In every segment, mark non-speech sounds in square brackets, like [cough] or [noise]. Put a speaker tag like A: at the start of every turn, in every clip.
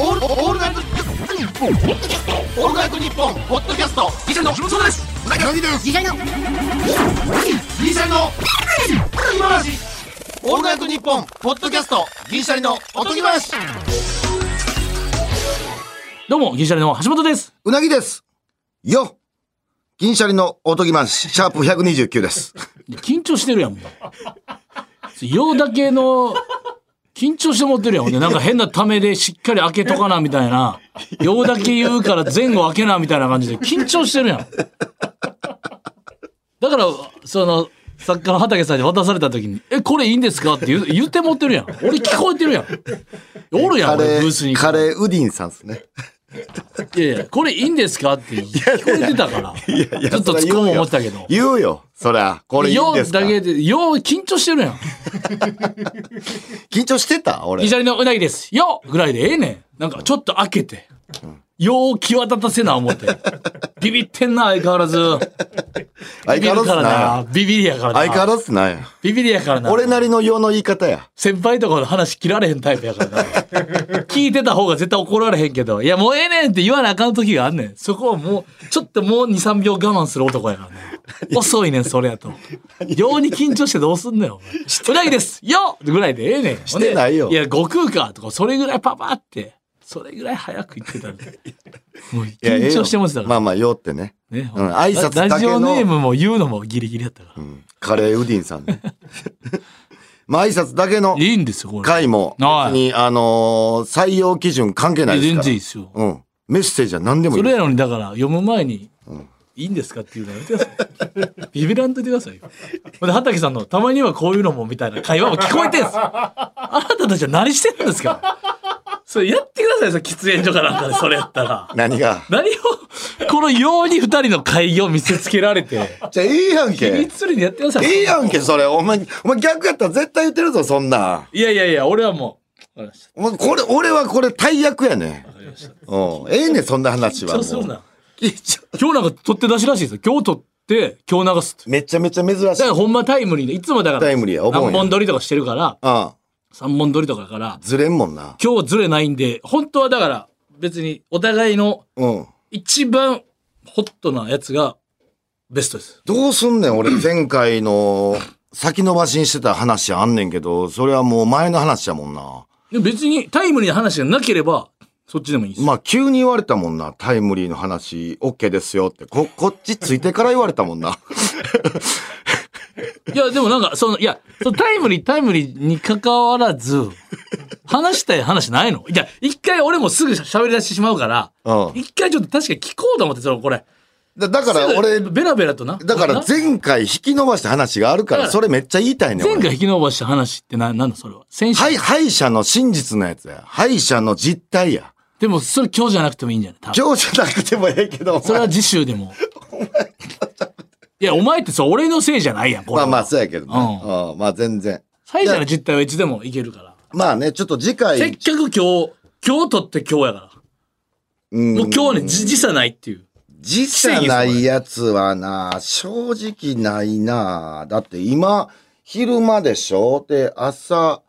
A: オールオールナイトニッポンオールナイトニッポンポッドキャストギシャリの木本壮ですうなぎの
B: ギシャリの
A: ギシャリの今話オールナイトニッポンポッドキャストギシャリのおとぎ話
C: どうも、ギリシャリの橋本です。
D: うなぎです。よ銀シャリのおとぎまん、シャープ129です。
C: 緊張してるやん、もう。ようだけの、緊張して持ってるやん。ほんでなんか変なためでしっかり開けとかな、みたいな。ようだけ言うから前後開けな、みたいな感じで緊張してるやん。だから、その、作家の畑さんに渡された時に、え、これいいんですかって言う言って持ってるやん。俺聞こえてるやん。おるやん、
D: カレ
C: 俺ブースに
D: ー、。カレーウディンさんですね。
C: いやいや、これいいんですかって聞こえてたから。ちょっと突っ込もう思ってたけど。
D: 言うよ、そりゃ。これいいん
C: よ
D: です
C: う
D: か
C: だけで、よう緊張してるやん。
D: 緊張してた俺
C: ギ。シャリのうなぎです。よぐらいでええねん。なんかちょっと開けて。よう際立たせな
D: [laughs]
C: 思って。ビビってんな、相変わらず。
D: 相
C: ビビ
D: 変わ
C: るか
D: ずな
C: らら。な。ビビりやからな。
D: 相変わらずなんや。
C: ビビりやからな。
D: 俺なりの用の言い方や。
C: 先輩とかの話切られへんタイプやからな。聞いてた方が絶対怒られへんけど、いやもうええねんって言わなあかん時があんねん。そこはもう、ちょっともう2、3秒我慢する男やからね。遅いねん、それやと。ように緊張してどうすんのよ。うなぎですよぐらいでええねん。して
D: ないよ
C: いや、悟空かとか、それぐらいパパって。それぐらい早く言ってたんで。もう
D: いや
C: 緊張してますだ
D: ま
C: か
D: あまあ、用ってね。
C: ら。ね、
D: うん挨拶だけの
C: ラジオネームも言うのもギリギリやったから。
D: カレーウディンさん
C: [laughs]
D: ね。まあ、挨拶だけの
C: いいんですよ、これ。
D: 回も、別
C: はい
D: に、あのー採用基準関係ないです
C: 全
D: から。
C: 然いいですよ。
D: うん。メッセージは何でもいい
C: そ。れやのにだから読む前に、いいんですかっていうのやめてくださ
D: [laughs]
C: い。ビビらんといてくださいよ。ほんで、畑さんの、たまにはこういうのもみたいな会話も聞こえてんす。あなたたちは何してるんですかそれやってくださいよ、それ喫煙所かなんかで、それやったら。
D: 何が。
C: 何を、このように二人の会議を見せつけられて、
D: じゃあ、いいやん
C: 秘
D: け。
C: 密裏でやってください。
D: ええやんけ、それ。お前、お前逆やったら絶対言ってるぞ、そんなん。
C: いやいやいや、俺はもう、わかりました
D: お前これ、俺はこれ大役やね
C: わかりました。
D: ん。うん。ええねん、そんな話は。
C: そうするな。
D: 緊張
C: 今日なんか取って出しらしいですよ。今日取って、今日流すって。
D: めちゃめちゃ珍し
C: だ
D: い。
C: から
D: う
C: ほんまタイムリーで、いつもだから、
D: タイムリーやお盆や
C: 何本撮りとかしてるから、
D: ん。
C: 三本撮りとかだから、
D: ずれんもんな。
C: 今日ずれないんで、本当はだから、別にお互いの
D: うん。
C: 一番ホットなやつがベストです。
D: どうすんねん、
C: [clears throat]
D: 俺、前回の先延ばしにしてた話あんねんけど、それはもう前の話やもんな。
C: でも別にタイムリーな話がなければ、そっちでもいいです。
D: まあ、急に言われたもんな。タイムリーの話、OK ですよって。こ、こっちついてから言われたも
C: [laughs]
D: んな。
C: いや、でもなんか、その、いや、そのタイムリー、タイムリーに関わらず、話したい話ないのいや、一回俺もすぐ喋り出してしまうから、
D: うん。
C: 一回ちょっと確かに聞こうと思って、そのこれ。
D: だだから、俺
C: す、ぐベラベラとな。
D: だから前回引き伸ばした話があるか
C: だ
D: ら、
C: から
D: それめっちゃ言いたいねん。俺
C: 前回引き伸ばした話ってな、なんだそれは。先週。
D: はい、敗者の真実のやつや。敗者の実態や。
C: でも、それ今日じゃなくてもいいんじゃない多分
D: 今日じゃなくてもええけど、お前
C: それは次週でも。いや、お前ってそう、俺のせいじゃないやん、これ
D: まあ
C: は。
D: まあ、そうやけどね。
C: うん
D: うん、まあ全然。
C: サイじゃの実態はいつでもいけるから。
D: まあね、ちょっと次
C: せっ
D: 回、
C: かく今日、今日取って今日やか
D: うん
C: ら。もう今日ね、じ時差ないっていう。
D: 時差ないやつはな、正直ないな。だって今、昼間でしょで、朝、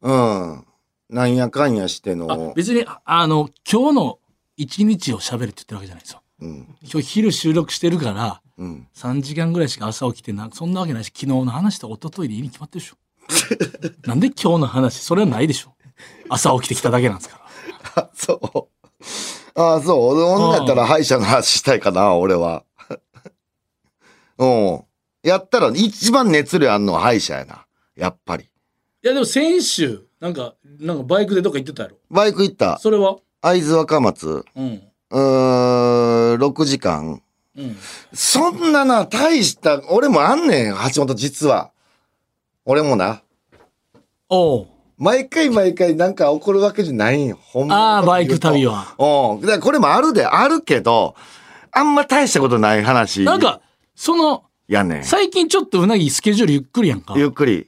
D: うん、なんやかんやして
C: あ
D: の、
C: 別に、ああの、今日の一日を喋るって言ってるわけじゃないですよ。
D: うん、
C: 今日昼収録してるから、
D: うん。
C: 3時間ぐらいしか朝起きてな、そんなわけないし、昨日の話と一昨日でいいに決まってる
D: [laughs]
C: でしょ。なんで今日の話、それはないでしょ。朝起きてきただけなんですから。
D: あ、そう。ああ、そう。女やったら歯医者の話したいかな、俺は。 [laughs] うん。やったら、一番熱量あんのは歯医者やな。やっぱり。
C: いや、でも先週、なんか、なんかバイクでどっか行ってたやろ。
D: バイク行った。
C: それは
D: 会津若松。
C: うん。
D: うーん、6時間。
C: うん。
D: そんなな、大した、俺もあんねん、橋本、実は。俺もな。
C: おう
D: 毎回毎回なんか起こるわけじゃないんよ。ほんま
C: ああ、
D: のこ
C: バ
D: と
C: イ
D: 言う
C: ク
D: と
C: 旅。は。
D: うん。だからこれもあるで、あるけど、あんま大したことない話。
C: なん、か、その、
D: やねん。
C: 最近ちょっとうなぎスケジュールゆっくりやんか。
D: ゆっくり。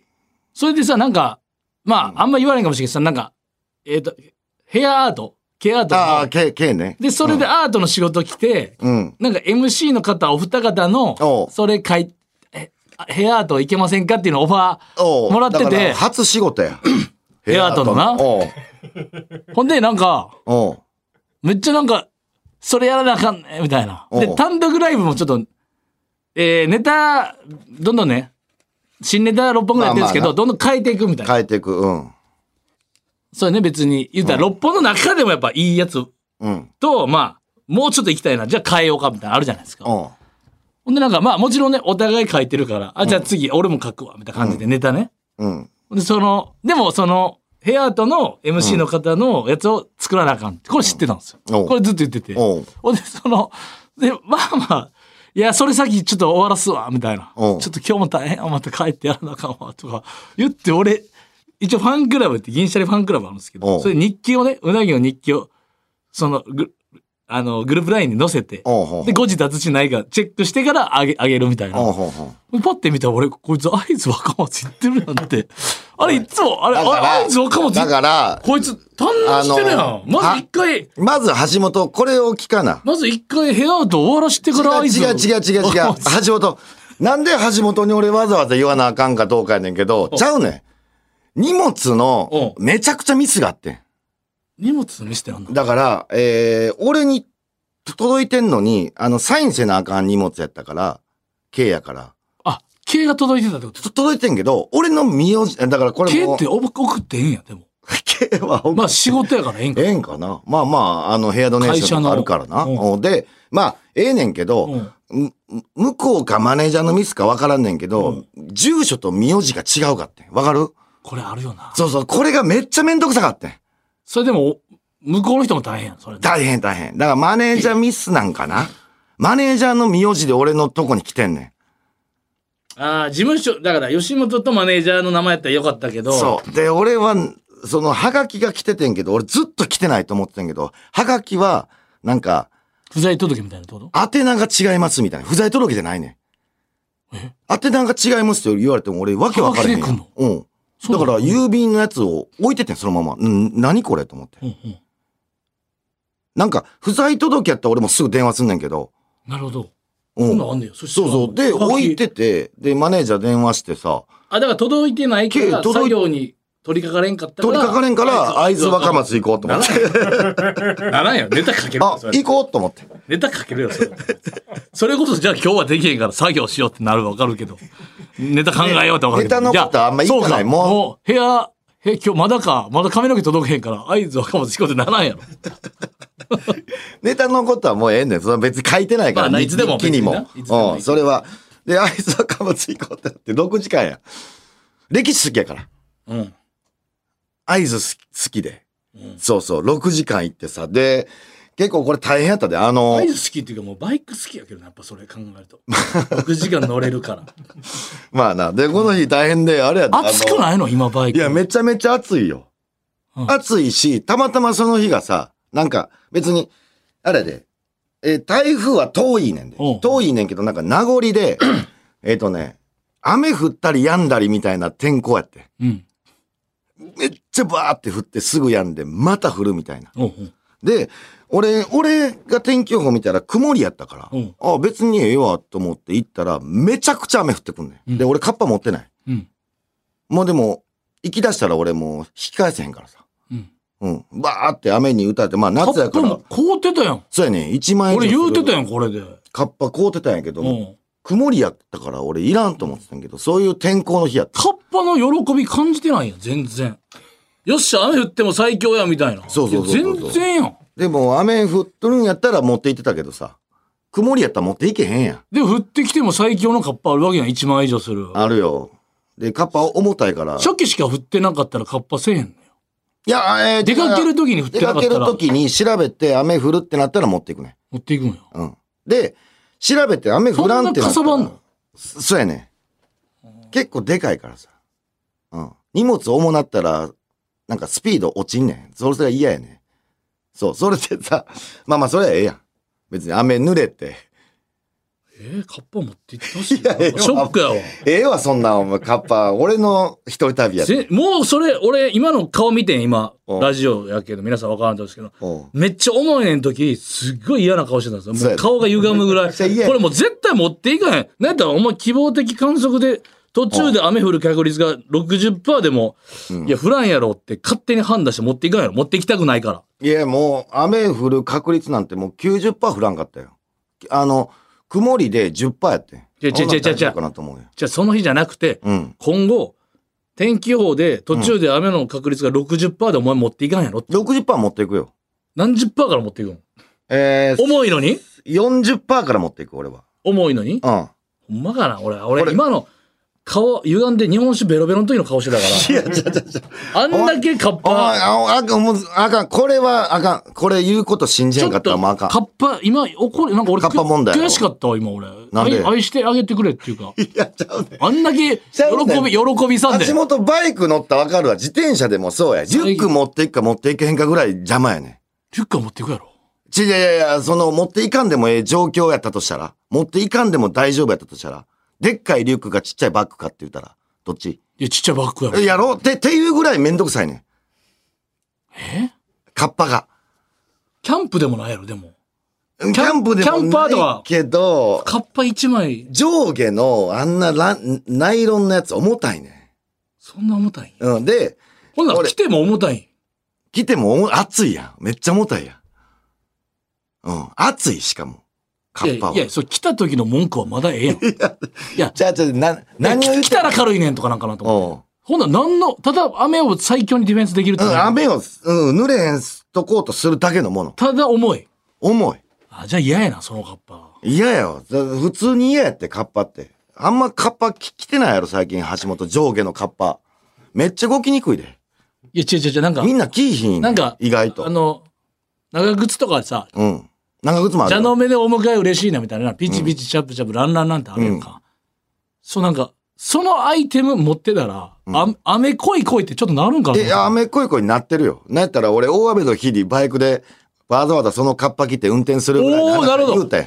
C: それでさ、なんか、まあ、あんま言わないかもしれんけどさ、なんか、えっ、と、ヘアアート、ケアアートの
D: ああ、け、けね。
C: で、それでアートの仕事来て、
D: うん。
C: なんか MC の方、お二方
D: お
C: の、
D: う
C: それ書い、えヘアアートいけませんかっていうのをオファー
D: おう
C: もらってて
D: だから初仕事や。
C: ヘアアートのな
D: おう
C: ほんで、なんか、
D: おう
C: めっちゃなんか、それやらなあかんね、みたいな。で
D: お、う
C: 単独ライブもちょっと、えーネタ、どんどんね、新ネタ6本ぐらいやってるんですけど、
D: まあま
C: どんどん変えていくみたいな。
D: 変えていく。うん。
C: そうね、別に。言ったら6本の中でもやっぱいいやつ
D: うん。
C: と、まあ、もうちょっと行きたいな、じゃあ変えようか、みたいなのあるじゃないですか。
D: おう
C: ほんでなんか、まあもちろんね、お互い書いてるから、あ、じゃあ次、俺も書くわ、みたいな感じでネタね。
D: うん。
C: で、その、でもその、ヘアートの MC の方のやつを作らなあかんって、これ知ってたんですよ。
D: おう
C: これずっと言ってて。
D: おう
C: ほんで、その、で、まあまあ、いや、それ先ちょっと終わらすわ、みたいな。ち
D: お
C: ょっ
D: う
C: と今日も大変、また帰ってやらなあかんわ、とか言って、俺、一応ファンクラブって、銀シャリファンクラブあるんですけ
D: お
C: ど、
D: う
C: それ日記をね、うなぎの日記を、その、グあの、グループラインに載せて、
D: おうほう
C: で、誤字脱字ないかチェックしてからあげ、あげるみたいな。
D: おうほうほう
C: パッて見たら俺、こいつ会津若松行ってるやんって。あれ、いつも、あれ、
D: だから
C: あ会津若松行
D: だ
C: っ
D: から、
C: こいつ、堪能してるや
D: あの
C: ん。まず一回、
D: まず橋本、これを聞かな。
C: まず一回ヘアアウト終わらしてから
D: 違う
C: 会津
D: 違う違う違う違う。 [laughs] 橋本。なんで橋本に俺わざわざ言わなあかんかどうかやねんけど、ちゃうねん。荷物の
C: う
D: めちゃくちゃミスがあってん。
C: 荷物見せてやんの。
D: だから、えー、俺に届いてんのに、あの、サインせなあかん荷物やったから、K やから。
C: あ、毛が届いてたってこと
D: と届いてんけど、俺の身を、だからこれ
C: 毛
D: も。
C: ってお送ってええんや、でも。
D: K は
C: まあ仕事やからええんか。
D: ええんかなまあまあ、あの、ヘアドネーションとかあるからな。
C: 会社
D: うんで、まあ、ええねんけ
C: う
D: ど、
C: ん。
D: む向こうかマネージャーのミスかわからんねんけど、住所と名字が違うかってん。わかる
C: これあるよな。
D: そうそう、これがめっちゃめんどくさかってん。
C: それでも、向こうの人も大変やん、それ。
D: 大変大変。だからマネージャーミスなんかなマネージャーの名字で俺のとこに来てんね
C: ああ、事務所、だから吉本とマネージャーの名前やったらよかったけど、
D: ん。そう。で、俺は、その、ハガキが来ててんけど、俺ずっと来てないと思ってんけど、ハガキは、なんか、
C: 不在届みたいなってこと
D: 宛名が違いますみたいな。不在届じゃないねん。宛名が違いますって言われても俺わけわからへんや
C: はがきで
D: ん。うん。だから郵便のやつを置いててん、そのまま。ん何これと思って。
C: うんうん。
D: なんか、不在届やったら俺もすぐ電話すんねんけど。
C: なるほど。
D: う
C: そん
D: ん
C: なん。あんねや。そ
D: そうそう。で、置い。てて、で、マネージャー電話してさ、
C: あ、だから届いてないか
D: け
C: ら、
D: 届い
C: 作業に取り掛かれんかったから。
D: 取りかかれんから、会津若松行こうと思って。
C: ならんよ。ネタかける
D: [laughs]
C: よ
D: あ、
C: それ
D: 行こうと思って。
C: ネタかけるよ、それ。 [laughs] それこそ、じゃあ今日はできへんから作業しようってなるわかるけど。ネタ考えようってわかるけど。
D: ねネタのこと
C: じゃ
D: あんま言いたない
C: そうか
D: もう
C: もう、部屋、え、今日まだか、まだ髪の毛届けへんから、合図若松仕事ならんやろ。
D: ネタのことはもうええねん。その別に書いてないから、
C: まあない
D: 日
C: つでも
D: 記にも。
C: 別にないつでも
D: うん、それは。で、会津若松行こうってなって、6時間や。歴史好きやから。
C: うん。
D: 会津好きで。そうそう、6時間行ってさ。で、結構これ大変やったで。あの
C: 合、図好きっていうかもうバイク好きやけどな、やっぱそれ考えると。6時間乗れるから。
D: まあな。で、この日大変で、 [laughs] あれやった。
C: 暑く
D: あの
C: ないの今バイ
D: い
C: ク。
D: や、めちゃめちゃ暑いよ。
C: うん
D: 暑いし、たまたまその日がさ、なんか別に、あれで、えー台風は遠いねんで
C: うん。
D: 遠いねんけど、なんか名残で、えっとね、雨降ったり止んだりみたいな天候やって。
C: うん。
D: めっちゃバーって降ってすぐ止んで、また降るみたいな。
C: おうおう
D: で、俺、俺が天気予報見たら曇りやったから、
C: うん
D: あ別にええわと思って行ったら、めちゃくちゃ雨降ってくんねん。
C: うん
D: で、俺カッパ持ってない。
C: うん。
D: もうでも、行き出したら俺もう引き返せへんからさ。
C: うん。
D: うん。バーって雨に打たれて、まあ夏やか
C: カ
D: ら
C: ッ、プも凍ってたやん。
D: そうやねん、1万円以上
C: 俺
D: する
C: 言うてたやん、これで。う
D: カッパ凍ってたんやけど、
C: ん。
D: 曇りやったから俺いらんと思ってたんやけど、そういう天候の日やった。
C: カッパの喜び感じてないやん、全然。よっしゃ、雨降っても最強や、みたいな。
D: そうそうそうそう
C: いや全然やん。
D: でも雨降っとるんやったら持って行ってたけどさ、曇りやったら持って行けへんやん。
C: で、降ってきても最強のカッパあるわけやん、1万以上する。
D: あるよ。で、カッパ重たいから。
C: 初期しか降ってなかったらカッパせえへんのよ。
D: いや、えー
C: 出かける時に降って
D: 出
C: なか
D: か
C: っ
D: け
C: た
D: る
C: ら、
D: 時に調べて雨降るってなったら持っていくね
C: 持っていくのよ。
D: ん。うん。で、調べて雨降らんってなった
C: そんなか
D: ら
C: さばんの
D: そそうやねん。結構でかいからさ。うん。荷物重なったら、なんかスピード落ちんねん。それが嫌やねん。そう、それでさ、 [laughs] まあまあ、それはええやん。別に雨濡れて。 [laughs]
C: えー、カッパ持って行ってほし [laughs] い
D: いやええ
C: な。
D: わ
C: ショックやわ。
D: ええわ、そんなん、お前、カッパ。俺の一人旅やで。
C: ぜもうそれ、俺、今の顔見てん、今。
D: うん
C: ラジオやけど、皆さんわからんと思うんですけど。
D: うん
C: めっちゃ重いねん時、すっごい嫌な顔してたんですよ。
D: そう
C: もう
D: やね
C: 顔が歪むぐらい。
D: めっちゃ嫌や
C: これもう絶対持っていかへん。なんやったらお前希望的観測で途中で雨降る確率が60%でも、いや、降らんやろって勝手に判断して持っていかんやろ。持っていきたくないから。
D: いや、もう、雨降る確率なんてもう90%降らんかったよ。あの、曇りで10%やってん。
C: いや違う違う違う違
D: そんなん大
C: う
D: 丈夫かなと思うよ。
C: じゃあその日じゃなくて、
D: うん。
C: 今後、天気予報で途中で雨の確率が60%でお前持っていかんやろ。
D: 60%持っていくよ。
C: 何十パーから持っていくの
D: えー、
C: 重いのに
D: 40%から持っていく、俺は。
C: 重いのに
D: うん。
C: ほんまかな俺、俺、
D: これ
C: 今の顔、歪んで日本酒ベロベロの時の顔してたか
D: いや、ちゃちゃちゃ。
C: ら、あんだけカッ
D: [laughs] おい
C: パ、
D: ああかん、もう、あかん。これは、あかん。これ言うこと信じ
C: ち
D: へ
C: ょ
D: んか
C: っ
D: った
C: と、
D: らもうあ
C: カ
D: かん。
C: ッパ、今、怒り、なんか俺、
D: カッパ問題やろ
C: 悔しかったわ、今俺。
D: なんで
C: 愛愛してあげてくれっていうか。
D: いや、ちゃうねん。
C: あんだけ、喜
D: ちゃうねん
C: び、喜びさんで
D: 橋。本バイク乗ったらわかるわ。自転車でもそうや。リュック持っていくか持っていけへんかぐらい邪魔やねん。
C: リュックは持っていくやろ。
D: ちいやいやいや、その、持っていかんでもええ状況やったとしたら、持っていかんでも大丈夫やったとしたら、でっかいリュックかちっちゃいバッグかって言ったら、どっち
C: いや、ちっちゃいバッグやろ。
D: やろうって、っていうぐらいめんどくさいねん。
C: え
D: カッパが。
C: キャンプでもないやろ、でも。
D: キャンプで
C: キャンパーと
D: もな
C: はい
D: けど、
C: カッパ一枚、
D: 上下のあんなランナイロンのやつ重たいね
C: そんな重たいんや
D: ん。うん。で、
C: ほんなら
D: 俺
C: 来ても重たいん
D: 来ても重い熱いやん。めっちゃ重たいやん。うん。熱いしかも。カ
C: いや
D: ッ
C: い
D: パは。
C: や、そう、来た時の文句はまだええやん。
D: じゃあ、じゃあ、な、何を言っ
C: 来
D: て
C: たら軽いねんとかなんかなと思って。
D: うん。
C: ほんなら何の、ただ雨を最強にディフェンスできるって
D: う、
C: いうんのは
D: 雨を、うん、濡れへんとこうとするだけのもの。
C: ただ重い。
D: 重い。
C: あ、じゃあ嫌やな、そのカッパは。
D: 嫌やよ。だ普通に嫌やって、カッパって。あんまカッパき着てないやろ、最近、橋本。上下のカッパ。めっちゃ動きにくいで。
C: いや、違う違う違う、なんか、
D: みんな着いひんね。
C: なんか
D: 意外
C: あ
D: と。
C: の、長靴とかさ、
D: うん。長靴もある
C: 蛇
D: よ。
C: の目でお迎え嬉しいなみたいな、ピチピチチャプチャプランランなんてあるやんか。そうなんか、そのアイテム持ってたら、あ雨来い来いってちょっとなるんかな。
D: え、雨っこいこになってるよ。なんやったら俺、大雨の日にバイクで、わざわざそのカッパ着て運転するぐらいの話
C: おーなるほど
D: 言うて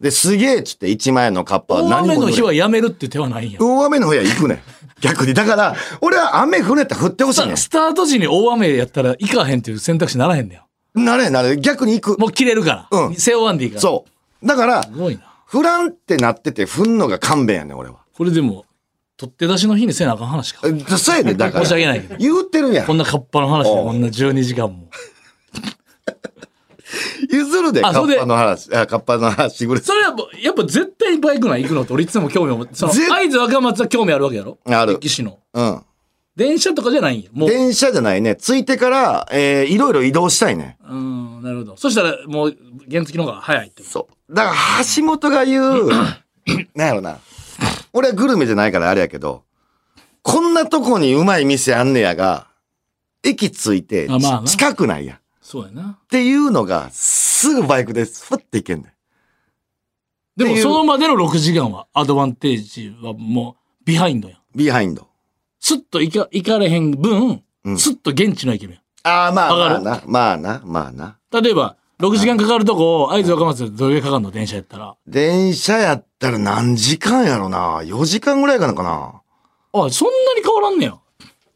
D: ん。で、すげえっつって、1万円のカッパは
C: 大
D: 何も
C: 雨
D: 濡れ
C: の日はやめるって手はないんや。
D: 大雨の日は行くねん。 [laughs] 逆に。だから、俺は雨降れたら降ってほしいねん
C: さスタート時に大雨やったら行かへんっていう選択肢ならへんだよ。
D: なれなれ、逆に行く。
C: もう切れるから。
D: うん
C: 背負わんでいいから。
D: そう。だから
C: す、ごいな。
D: フランってなってて、踏んのが勘弁やねん、俺は。
C: これでも、取って出しの日にせなあかん話か。
D: えそうやねんだから。
C: 申し訳ないけど
D: 言うてるやん
C: こん。なカッパの話で
D: おう
C: こんな12時間も。
D: 譲るで、カ
C: あそ
D: ッ
C: れで
D: パの話、あカッパの話、ぐらい
C: それはもうやっぱ絶対にバイク内行くのって俺いつも興味を持って、その
D: 絶
C: 会津若松は興味あるわけやろ
D: ある
C: 歴史の。
D: うん。
C: 電車とかじゃないんや。もう、
D: 電車じゃないね。着いてから、えー、いろいろ移動したいね。
C: うん、なるほど。そしたらもう原付の方が早いって。
D: そう。だから、橋本が言 [clears throat] う、なんやろな。俺はグルメじゃないからあれやけど、こんなとこにうまい店あんねやが、駅着いて、
C: あまあな
D: ち近くないやん。っ
C: そうやな。
D: ていうのが、すぐバイクでふって行けんねん。
C: で
D: っ
C: も
D: ていう
C: そのまでの6時間は、アドバンテージはもう、ビハインドやん。
D: ビハインド。
C: スッと行か行かれへん分、
D: うん
C: スッと現地の行けるやん。
D: ああ、まあ
C: わ
D: ま
C: か
D: あ
C: る
D: な。まあな、まあな。
C: 例えば、6時間かかるとこを、会津若松でどれぐらいかかんの電車やったら。
D: 電車やったら何時間やろな。4時間ぐらいかなかな。
C: あ、そんなに変わらんねや。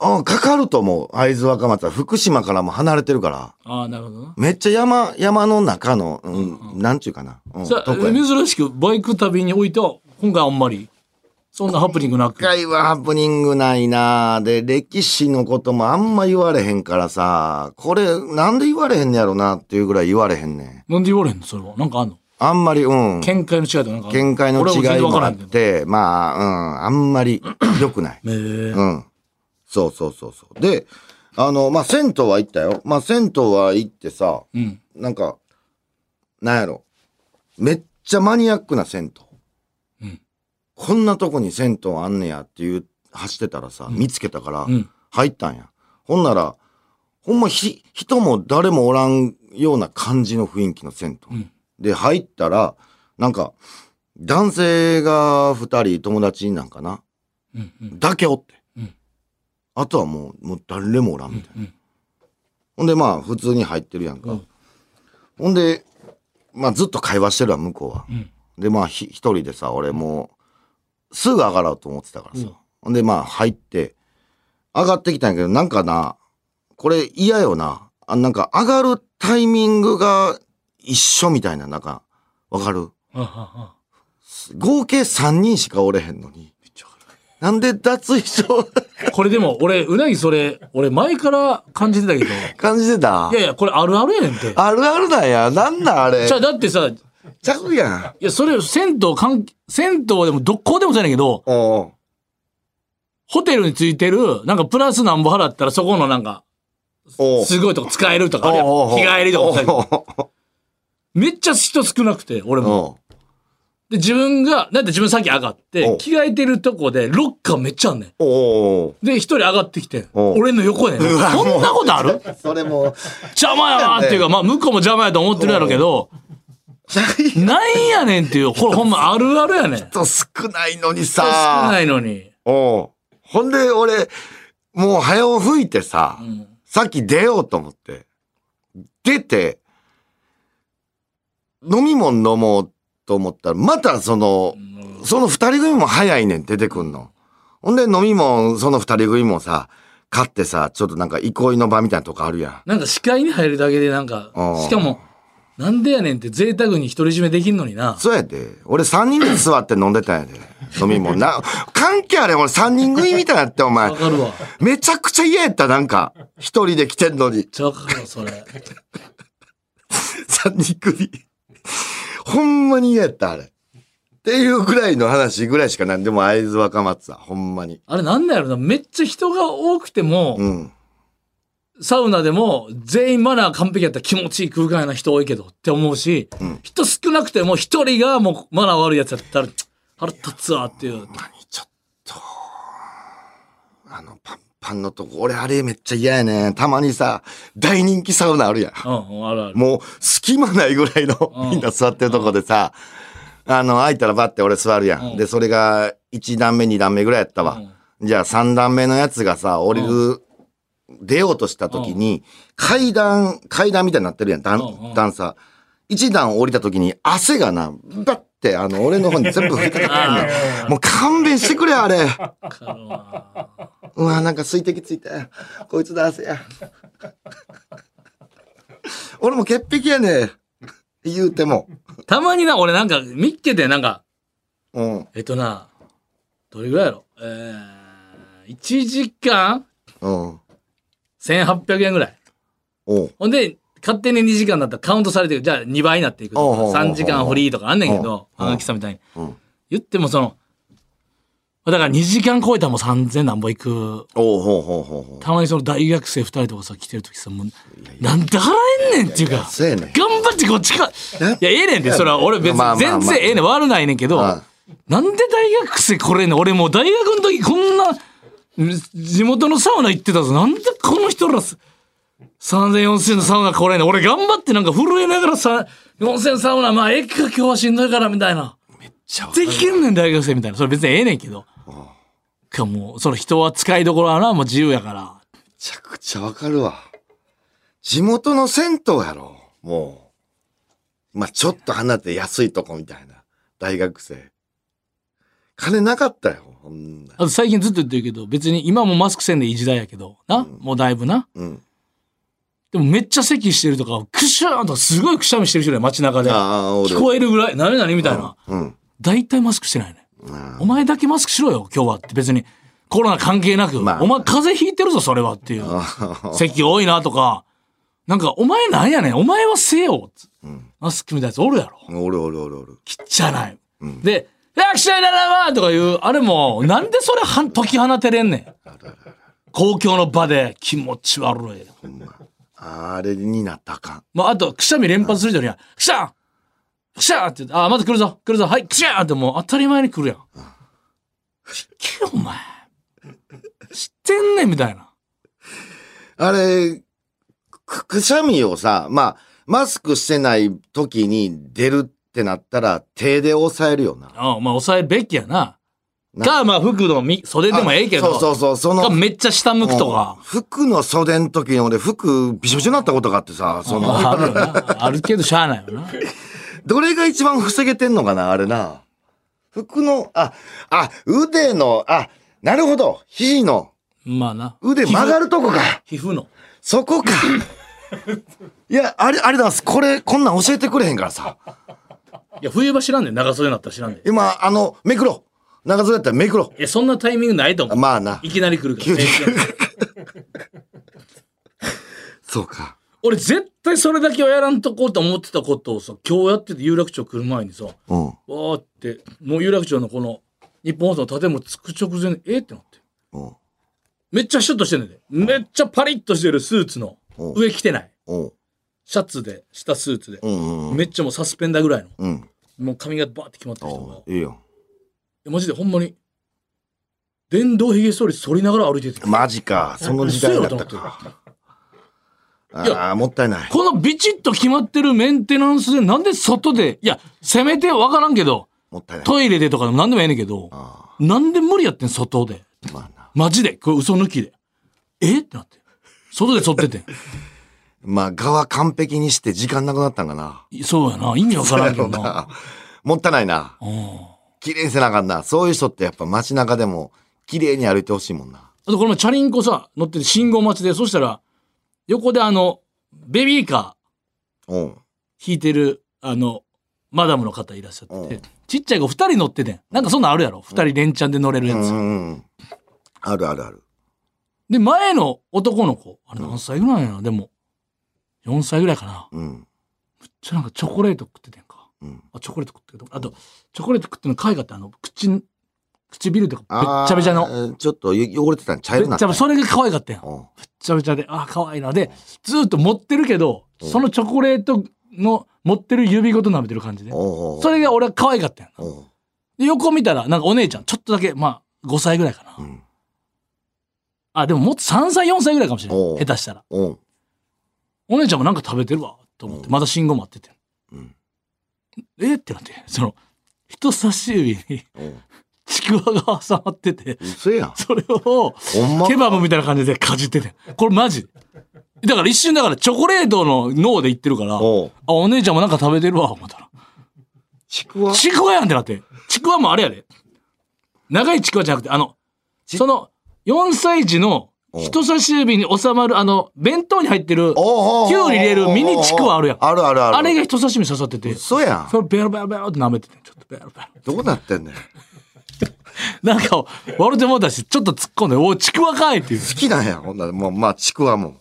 D: あかかると思う。会津若松は福島からも離れてるから。
C: ああ、なるほどな。
D: めっちゃ山、山の中の、うん、なんちゅうかな。うん、
C: さ
D: とこやね
C: 珍しくバイク旅においては、今回あんまり、そんなハプニングなく
D: 今。回はハプニングないなぁで、歴史のこともあんま言われへんからさ、これ、なんで言われへんねやろなっていうぐらい言われへんねん。
C: なんで言われへんのそれは。なんかあんの
D: あんまり、うん。
C: 見解の違いとかなんかあん
D: 見解の
C: 俺も全
D: 違い
C: 然わか
D: も
C: ら
D: あっ
C: んけど。へ
D: て、まあ、うん、あんまり良くない。
C: え。
D: うん。そうそうそうそう。で、あの、まあ、銭湯は行ったよ。まあ、銭湯は行ってさ、
C: うん。
D: なんか、なんやろ。めっちゃマニアックな銭湯。
C: うん
D: こんなとこに銭湯あんねやっていう、走ってたらさ、見つけたから
C: うん、
D: 入ったんや。ほんなら、ほんまひ、人も誰もおらんような感じの雰囲気の銭湯。
C: うん
D: で、入ったら、なんか、男性が二人友達なんかな
C: うん。うん。
D: だけおって。
C: うん
D: あとはもう、もう誰もおらんみたいな。
C: うん。
D: ほんでまあ普通に入ってるやんか。
C: うん
D: ほんで、まあずっと会話してるわ、向こうは。
C: うん
D: でまあひ一人でさ、俺もうすぐ上がろうと思ってたからさ。
C: うん
D: ほんでまあ入って、上がってきたんやけど、なんかな、これ嫌よな。あなんか上がるタイミングが一緒みたいな、なんか、わかる
C: あはは。
D: 合計3人しかおれへんのに。
C: めっちゃわかる
D: なんで脱衣所
C: [laughs]
D: [laughs]
C: これでも俺うなぎそれ俺前から感じてた
D: [laughs]
C: けどい
D: 感じてた
C: やいやこれあるあるやねんて
D: あるあるなんや。なんなんあれ
C: じゃ。あだってさい
D: ちゃうやん。
C: やそれ銭湯かん銭湯でもどこでもそうやねんけど
D: おう
C: ホテルについてるなんかプラスなんぼ払ったらそこのなんか
D: おう
C: すごいとこ使えるとかあるやん
D: おうおうおう
C: 日帰りとか
D: おう
C: めっちゃ人少なくて俺も
D: おう
C: で自分がだって自分先上が
D: お
C: って
D: う
C: 着替えてるとこでロッカーめっちゃあんねん
D: おう
C: で一人上がってきて
D: おう
C: 俺の横やねん
D: うわ
C: そんなことある
D: [laughs] それもう、
C: 邪魔やなっていうか、まあ、向こうも邪魔やと思ってるやろうけど、なんやねんっていう、これほんまあるあるやねん。少
D: と少ないのにさ。
C: ないのに。
D: おうほんで、俺、もう早を吹いてさ、
C: うん
D: さっき出ようと思って。出て、飲み物飲もうと思ったら、またその、その二人組も早いねん、出てくんの。ほんで飲み物、その二人組もさ、買ってさ、ちょっとなんか憩いの場みたいなとこあるやん。
C: なんか視界に入るだけでなんか
D: あ、ー
C: しかも、なんでやねんって贅沢に独り占めできんのにな。
D: そうやで。俺三人で座って飲んでたんやで。飲み物な、関係あれ俺三人組みたいになって、お前
C: わ。かるわ。めっ
D: めちゃくちゃ嫌やった、なんか。一人で来てんのに。
C: ちゃわかるわ、それ。
D: 三人組。ほんまに嫌やった、あれ。っていうぐらいの話ぐらいしかない。でも、会津若松は、ほんまに。
C: あれなんだろな。めっちゃ人が多くても、
D: うん。
C: サウナでも全員マナー完璧やったら気持ちいい空間やな人多いけどって思うし、人少なくても一人がもうマナー悪いやつやったら、腹立つわっていう。
D: ちょっと、あの、パンパンのとこ、俺、あれめっちゃ嫌やねん。たまにさ、大人気サウナあるやん。
C: うんうん、あるある。
D: もう、隙間ないぐらいの
C: う、ん
D: みんな座ってるとこでさ、あの、空いたらバッて俺座るや。
C: うんん
D: で、それが、1段目、2段目ぐらいやったわ。じゃあ3段目のやつがさ、降りる、出ようとした時に、階段、階段みたいになってるやん、段
C: うんうん
D: 段差。一段降りた時に汗がな、バッて、あの、俺の方に全部吹きかかってんね
C: [laughs] あ
D: ん。もう勘弁してくれ、あれ。
C: あ、わかるわ。
D: うわ、なんか水滴ついた。こいつだ、汗や。 [laughs] 俺も潔癖やねん。言うても。
C: [laughs] たまにな、俺なんか、見っけてなんか、
D: うん、
C: えっとな、どれぐらいやろえー、1時間
D: うん、
C: 1800円ぐらい。
D: おう、
C: ほんで、勝手に2時間だったらカウントされてる。じゃあ2倍になっていく
D: おうおうおうおう
C: とか。3時間フリーとかあんねんけど、
D: うん
C: あのきさんみたいに。
D: うん。
C: 言ってもその、だから2時間超えたらもう3000何ぼいく。
D: おう、ほうほうほうほう。
C: たまにその大学生2人とかさ、来てる時さ、もう、なんで払えんねんっていうか。
D: そうやねん。
C: 頑張ってこっちか。いや、ええねんで、それは俺別
D: まあまあ
C: に
D: まあ
C: 全然ええねん。悪ないねんけど、
D: は
C: なんで大学生これねん俺もう大学の時こんな、地元のサウナ行ってたぞ。なんでこの人らす、3000、4000のサウナ来れんねん。俺頑張ってなんか震えながらさ、4000サウナ、まあ、ええか今日はしんどいからみたいな。
D: ちゃわか
C: できんねん、大学生みたいな。それ別にええねんけど。かもう、その人は使いどころはな、もう自由やから。
D: めちゃくちゃわかるわ。地元の銭湯やろ、もう。まあ、ちょっと離れて安いとこみたいな。大学生。金なかったよ、ほんな
C: あ。と最近ずっと言ってるけど、別に今もマスクせんでいい時代やけど、な、もうだいぶな。
D: うん。
C: でもめっちゃ咳してるとか、くしゃーんとかすごいくしゃみしてる人だよ、街中で。
D: あ
C: 聞
D: あ、俺。
C: こえるぐらい、なになにみたいな。
D: うん。
C: 大体マスクしてないね。
D: あ
C: お前だけマスクしろよ、今日はって別に。コロナ関係なく、
D: まあ
C: お前風邪ひいてるぞ、それはっていう。咳多いなとか、なんか、お前なんやねん、お前はせえよ、つマスクみたいなやつおるやろ。
D: 俺、俺、俺、俺。
C: きっちゃない。で、役者にならばとかいう、あれも、なんでそれはん解き放てれんねん。公共の場で気持ち悪い。
D: ほんま。あれになったらあかん。
C: まあ、あと、くしゃみ連発する人には、くしゃんくしゃんって言って、あ、まず来るぞ来るぞはい、くしゃんってもう当たり前に来るやん。知ってるお前。知ってんねんみたいな。
D: あれ、く、くしゃみをさ、まあ、マスクしてない時に出るってなったら、手で押さえるよな。
C: あまあ、抑えるべきやな。
D: な
C: か、まあ、服のみ袖でもええけど、
D: そうそうそう、その
C: か、めっちゃ下向くとか。
D: 服の袖の時に俺服びしょびしょになったことがあってさ、その、
C: [laughs] あるよな。あるけど、しゃあないよな。
D: どれが一番防げてんのかな、あれな。服の、あ、あ、腕の、あ、なるほど、肘の、
C: まあな。
D: 腕曲がるとこか、
C: 皮膚の。
D: そこか。いや、あれ、あれだ、これ、こんなん教えてくれへんからさ。
C: いや、冬場知らんねん。長袖になったら知らんねん。
D: 今、あの、めくろう。長袖やったらめくろ
C: いや、そんなタイミングないと思う。
D: まあない
C: きなり来るか
D: 急
C: ら。
D: に来
C: 宣言
D: そうか
C: 俺絶対それだけはやらんとこうと思ってたことをさ、今日やってて有楽町来る前にさ、わ
D: うん
C: ーって、もう有楽町のこの、日本放送の建物着く直前に、えーってなって。
D: うん
C: めっちゃシュッとしてんねんで。めっちゃパリッとしてるスーツの、
D: うん
C: 上着てない。
D: うん
C: シャツで、下スーツで
D: う、んうん
C: めっちゃもうサスペンダーぐらいの、
D: うん
C: もう髪がバーって決まった人が、い
D: いいよ
C: やマジでほんまに、電動ひげ剃り剃りながら歩いてて。
D: マジかその時代だった
C: 嘘やろと
D: か
C: ってるい
D: ああもったいない
C: このビチッと決まってるメンテナンスで、なんで外で、いや、せめてわからんけど、
D: もったいない
C: トイレでとかでも何でもええねんけど、
D: あ
C: なんで無理やってん、外で。
D: あまあな
C: マジで、これ嘘抜きで。えってなって。外で剃っててん。
D: まあ側完璧にして時間なくなったんかな
C: そうやな、意味わからんけどな。
D: もったいないな
C: うん。
D: 綺麗にせなあかんなそういう人ってやっぱ街中でも綺麗に歩いてほしいもんな
C: あとこれもチャリンコさ、乗ってて信号待ちで、そしたら、横であの、ベビーカ
D: うん
C: ー引いてる、あの、マダムの方いらっしゃっ
D: う
C: て
D: ん、
C: ちっちゃい子二人乗っててん。なんかそんなんあるやろ二人連チャンで乗れる
D: う
C: や
D: んう
C: つ。
D: んうんあるあるある
C: で、前の男の子、あれ何歳ぐらいなのでも、4歳ぐらいかな。
D: うん
C: ちょ、なんかチョコレート食っててんか。
D: うん
C: あ、チョコレート食ってるとあと、チョコレート食ってんの可愛かったあの、口、唇とかべっちゃべちゃの。
D: あーちょっとよ汚れてたん茶
C: べ
D: 色
C: っ
D: なっ
C: ちゃ
D: た
C: べ、それが可愛かったやん。
D: うん
C: ちゃめちゃで、あ、可愛いな。で、ずーっと持ってるけど、そのチョコレートの持ってる指ごと舐めてる感じで。
D: おうおう
C: それが俺は可愛かったよな。
D: おう
C: で、横見たら、なんかお姉ちゃん、ちょっとだけ、まあ、5歳ぐらいかな。
D: うん
C: あ、でももっと3歳、4歳ぐらいかもしれ
D: お
C: な
D: う
C: い。下手したら。
D: おう
C: お姉ちゃんもなんか食べてるわ、と思って。まだ信号待ってて。
D: うん
C: えってなって、その、人差し指に
D: おう
C: ちくわが挟まってて、
D: 嘘やん
C: それを、
D: ほんま
C: ケバブみたいな感じでかじってて。これマジ。だから一瞬だからチョコレートの脳で言ってるから、
D: おう
C: あ、お姉ちゃんもなんか食べてるわ、思ったら。
D: ちくわ
C: ちくわやんってなって。ちくわもあれやで。長いちくわじゃなくて、あの、その、4歳児の人差し指に収まる、あの、弁当に入ってる、
D: おうおうおうおう
C: きゅうり入れるミニちくわあるやん
D: あるあるある
C: あれが人差し指に刺さってて、そ
D: 嘘やん
C: れベロベロベロって舐めてて、ちょっとベロベロ。
D: どうなってんねん好
C: なんか、笑ってもうたし、ちょっと突っ込んで、おいちくわかいっていう。
D: きなんやほんならもうまあちくわも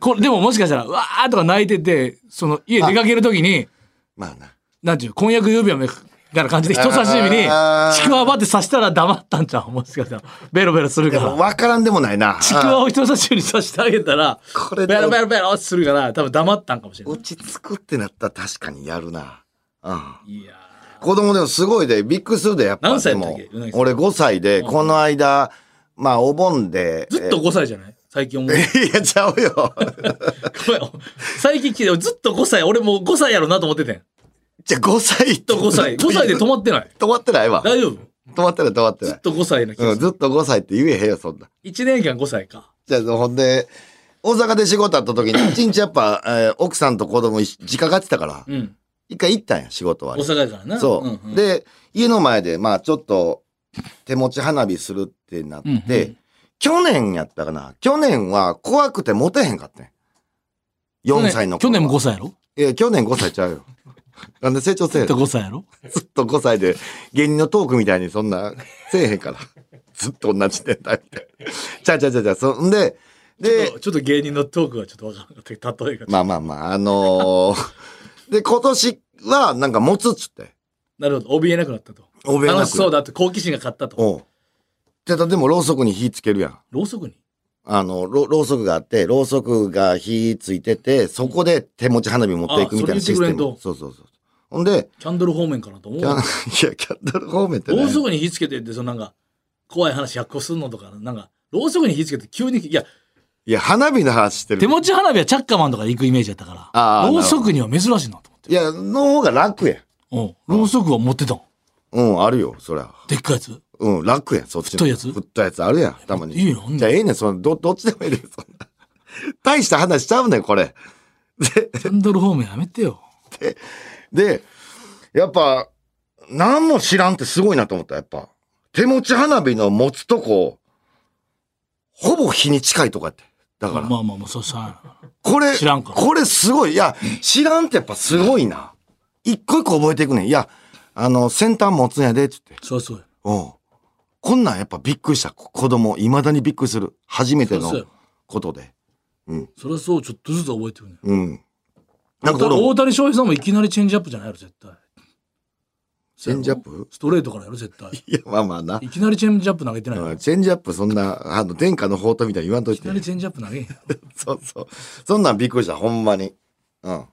C: これ、でももしかしたら、うわーとか泣いてて、その、家出かけるときに、
D: まあな
C: なんていう、婚約指輪みたいな感じで人差し指に、ち
D: あー
C: くわばって刺したら黙ったんちゃうもしかしたら。ベロベロする
D: で
C: か
D: も
C: ら。
D: わからんでもないな
C: ちくわを人差し指に刺してあげたら、
D: これで
C: ベロベロベロってするから、多分黙ったんかもしれない。
D: 落ち着くってなったら確かにやるなうん
C: いや
D: 子供でもすごいで、びっくりするで、やっぱ。
C: 何歳やったっけ
D: でも
C: うなぎさん
D: 俺5歳で、この間、まあ、お盆で。
C: ーずっと5歳じゃない最近思
D: [laughs]
C: う。
D: え。いや、ちゃうよ。 [laughs]
C: ごめん最近聞いて、ずっと5歳、俺もう5歳やろなと思っててん。ずっ
D: じゃあ5歳
C: と5歳。5歳で
D: [laughs]
C: 止まってない。
D: 止まってないわ。
C: 大丈夫
D: 止まってない、止まって
C: ず
D: な
C: っ
D: い。
C: と5歳な気が
D: うん、
C: する。
D: ずっと5歳って言えへんよ、そんな。
C: 1年間5歳か。
D: じゃあ、ほんで、大阪で仕事あった時に、一日やっぱ、えー奥さんと子供一緒、実家帰ってたから、
C: うん。
D: 一回行ったんや、仕事は
C: 大。阪やからな。
D: そう、
C: んん、
D: で、家の前で、まあ、ちょっと、手持ち花火するってなって、
C: うんうん
D: 去年やったかな去年は怖くて持てへんかったん4歳の
C: 去
D: 頃
C: 年去年も
D: 5
C: 5歳やろ
D: 歳。いや、去年5歳ちゃうよ。 [laughs] なんで成長せえ
C: ず
D: へ
C: っ
D: んずっ
C: と5歳やろ
D: と5歳で芸人のトークみたいにそんなせえへんから。 [laughs] ずっと同じ年代みたいな。ちゃうちゃうちゃうちゃう。そんで、で
C: ちょ、っとちょっと芸人のトークがちょっとわからなかった。例えが。
D: まあまあまあ、あのーで、今年はなんか持つっつって。
C: なるほど。怯えなくなったと。
D: お弁
C: 楽しそう
D: だ。
C: だって好奇心が勝ったと。
D: おうで、でもろうそくに火つけるやん。
C: ろうそくに。
D: あのろろうそくがあってろうそくが火ついててそこで手持ち花火持っていくみたいな
C: あそ
D: シス
C: れ言ってくれ
D: テ
C: ん
D: ム
C: と
D: そうそうそうほんで
C: キャンドル方面かなと思う。
D: キャンい
C: ろ
D: やキャン [laughs] ドル方面ってね
C: うそくに火つけてって、そのなんか、怖い話100個すんのとか、なんか、ろうそくに火つけて急に、いや、
D: いや花火の話して
C: 手
D: る
C: 持ち花火はチャッカマンとかで行くイメージやったか
D: あ
C: ら、
D: ー
C: ろうそくには珍しいなと
D: いやの方が楽や
C: 思って。うん。ろうそくは持ってたん
D: うんあるよそりゃ
C: でっかいやつ。
D: うん楽やそっちの
C: 太いやつ
D: 太いやつあるやんたまに
C: いいのあんねん
D: じゃあええねんそのどどっちでもいいでそんな大した話しちゃうねんこれ
C: キャンドル方面やめてよ。
D: でやっぱ何も知らんってすごいなと思ったやっぱ手持ち花火の持つとこほぼ火に近いとこやってだか
C: まあ
D: ら、
C: まあまあ、そうさ。
D: これ
C: 知らんか
D: これすごいいや知らんってやっぱすごいな一個一個覚えていくねんいやあの先端持つんやでっつって
C: そうそうや。
D: うんこんなんやっぱびっくりした。こ子供、未だにびっくりする。初めて
C: そうや
D: のことで。
C: そりゃそうちょっとずつ覚えてるね
D: うん。なんか俺も
C: 大谷翔平さんもいきなりチェンジアップじゃないやろ絶対
D: チェンジアップ [laughs]
C: ストレートからやろ絶対
D: いや、まあまあな。
C: いきなりチェンジアップ投げてないよ
D: うんチェンジアップそんな、あの、殿下の宝刀みたいに言わんとい
C: い
D: て
C: きな。りチェンジアップ投げへんやろ
D: そうそう。そんなんびっくりした、ほんまに。うん。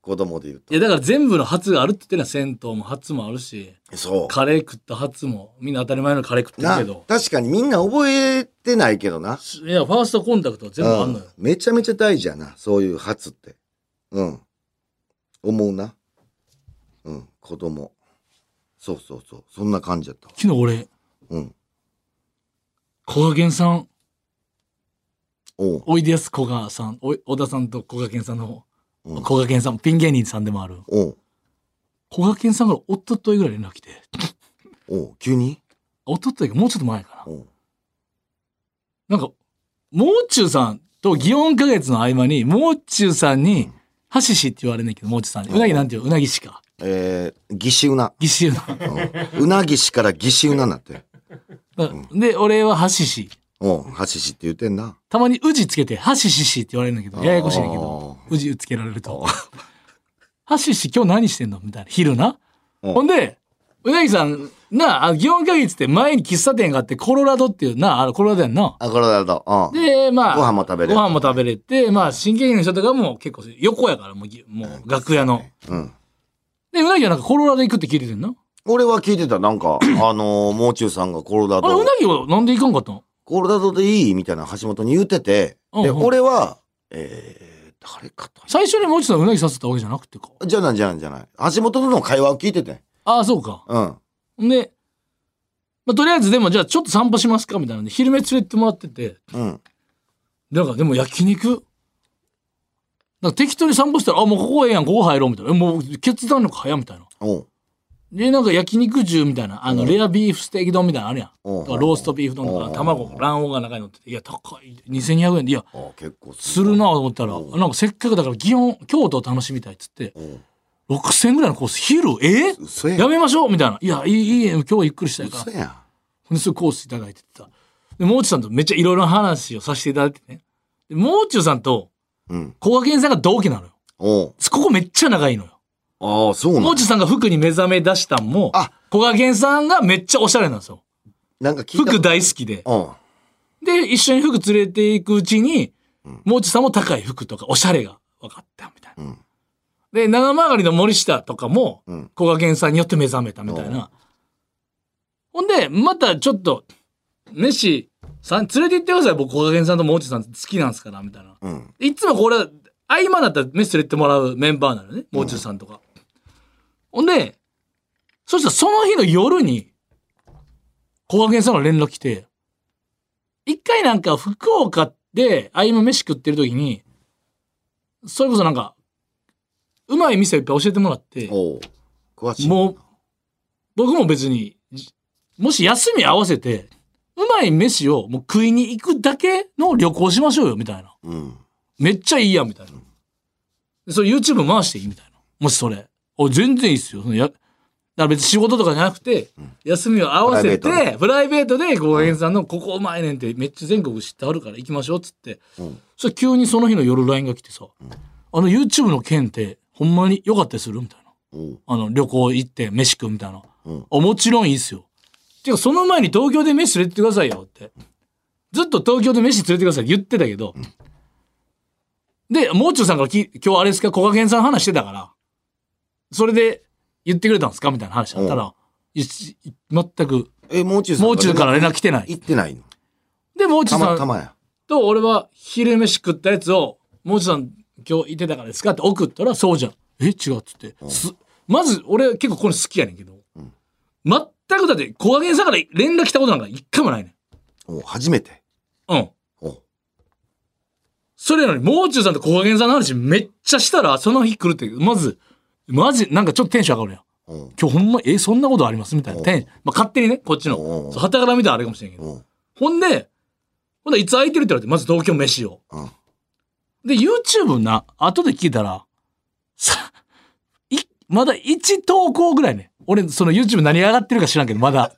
D: 子供で言う
C: いやだから全部の初があるって言ってるのは銭湯も初もあるし
D: と。そう。
C: カレー食った初もみんな当たり前のカレー食ってる
D: な
C: けど
D: 確かにみんな覚えてないけどな。
C: いやファーストコンタクトは全部あんのよ
D: うんめちゃめちゃ大事やな、そういう初って。うん。思うな。うん、子供。そうそうそう。そんな感じやったわ。
C: 昨日俺
D: うん。
C: こがけんさん
D: おう。
C: おいでやすこがさんおい小田さんとこがけんさんの
D: うん
C: こがけんさんピン芸人さんでもある
D: おう。
C: こがけんさんからおとといぐらい連絡来て
D: おう。急に
C: おとといかもうちょっと前か
D: おう。
C: ななんかもう中さんと祇園花月の合間にもう中さんに「はしし」って言われんねんけどもう中さんにうなぎなんていううなぎしか
D: えー、義士うな。
C: ぎっしりな
D: うん。うなぎしから義士うなになって。
C: で俺は「はしし」
D: おう。はししって言ってんな。
C: たまに「うじ」つけて「はししし」って言われるんだけどややこしいねんだけど
D: あ
C: 「うじ」つけられ
D: [laughs]
C: ると「はしし今日何してんの?」みたいな昼なほんでうなぎさんなあ祇園花月って前に喫茶店があってコロラドっていうなあれコロラドやんな
D: あ、これだと。うん。
C: でまあ
D: ご飯も食べれる
C: ご飯も食べれてまあ新喜劇の人とかも結構横やからもうぎもう楽屋の
D: うん。
C: でうなぎはなんかコロラド行くって聞いててんな
D: 俺は聞いてた。なん
C: [coughs]
D: か、あのー、もう中さんがコロダ
C: あれう
D: ド
C: な、ぎはなんで行かんかったの
D: コロダドでいいみたいな橋本に言ってて、
C: うん
D: で、
C: うん
D: 俺は、えー、誰かと。
C: 最初にもうちょっとうなぎさせたわけじゃなくてか
D: じゃないじゃないじゃない。橋本との会話を聞いてて。
C: ああそうか
D: うん。
C: で、まあ、とりあえずでもじゃあちょっと散歩しますかみたいなんで昼寝連れてもらってて
D: うん。
C: なんかでも焼肉なんか適当に散歩したら「あもうここええやんここ入ろう」みたいなえもう決断力早いみたいな
D: おう。
C: でなんか焼肉重みたいなあのレアビーフステーキ丼みたいなのあるやん
D: うん
C: とかローストビーフ丼と
D: う
C: か
D: ん
C: 卵卵黄が中に乗ってていや高い2200円でいや
D: ああ、結構
C: するな。と思ったら
D: う
C: なんかせっかくだから祇園京都を楽しみたいっつって
D: おう。
C: 6000円ぐらいのコース昼え
D: 嘘や
C: や
D: ん。
C: めましょうみたいな「いやいいいい今日はゆっくりしたいから
D: 嘘やん。
C: ほんで、そういうコースいただいてた。で、もう中さんとめっちゃいろいろな話をさせていただいてね。で、もう中さんと、
D: うん。
C: こがけんさんが同期なのよ。
D: おう。
C: ここめっちゃ仲いいのよ。
D: ああ、そうな
C: も
D: の
C: う中さんが服に目覚め出したんも
D: あ、
C: こがけんさんがめっちゃおしゃれなんですよ。
D: なんか聞いた。
C: 服大好きで。
D: おう。
C: で、一緒に服連れていくうちに、もう中さんも高い服とかおしゃれが分かったみたいな。
D: うん
C: で、長曲りの森下とかも、
D: うん。
C: こがけんさんによって目覚めたみたいな。ほんで、またちょっと、飯さん、連れて行ってください。僕、こがけんさんともうちさん好きなんですから、みたいな。
D: うん。
C: いつもこれ、合間だったら飯連れてってもらうメンバーなのね。もう中さんとか。ほんで、そしたらその日の夜に、こがけんさんの連絡来て、一回なんか福岡で合間飯食ってる時に、それこそなんか、うまい店いっぱい教えてもらって、
D: おう。詳しい。
C: もう、僕も別に、じもし休み合わせて、うまい飯をもう食いに行くだけの旅行しましょうよ、みたいな。
D: う。うん。め
C: めっちゃいいやん、みたいな。でそれ YouTube 回していいみたいな。もしそれ。お全然いいっすよ。そのやだから別に仕事とかじゃなくて、休みを合わせ
D: プライベー
C: て、プライベートで、ご園さんの、ここうまいねんって、めっちゃ全国知ってあるから行きましょうっつって、
D: うん
C: それ急にその日の夜 LINE が来てさ、あの YouTube の件って、ほんまに良かったりするみたいな。
D: おう。
C: あの、旅行行って飯食うみたいな。
D: うん
C: あもちろんいいっすよ。ていうか、その前に東京で飯連れてってくださいよって。ずっと東京で飯連れてってくださいって言ってたけど。で、もう中さんからき今日あれですか、こがけんさんの話してたから、それで言ってくれたんですかみたいな話だったら、いし全く、
D: え、もう中さん。
C: もう中から連絡来てない。
D: 行ってないの。
C: で、もう中
D: た
C: さ
D: またま
C: ん
D: や。
C: と俺は昼飯食ったやつを、もう中さん今日いてたからですかって送ったら、そうじゃん。え、違うっつって。すまず、俺結構これ好きやねんけど、全くだって、小げんさんから連絡来たことなんか一回もないね
D: おう、初めて。
C: ん。うん。
D: おう。
C: それなのに、もう中さんと小げんさんの話めっちゃしたら、その日来るって、まず、マジ、なんかちょっとテンション上がるやん。
D: おう。
C: 今日ほんま、え、そんなことありますみたいな。
D: お
C: テンまあ、勝手にね、こっちの。
D: おう
C: そう旗から見たらあれかもしれんけど。
D: おう。
C: ほんで、ほんで、いつ空いてるって言われて、まず東京飯を。
D: うん。
C: で、YouTube な、後で聞いたら、さ、い、まだ1投稿ぐらいね。俺、その [laughs] YouTube 何上がってるか知らんけど、まだ。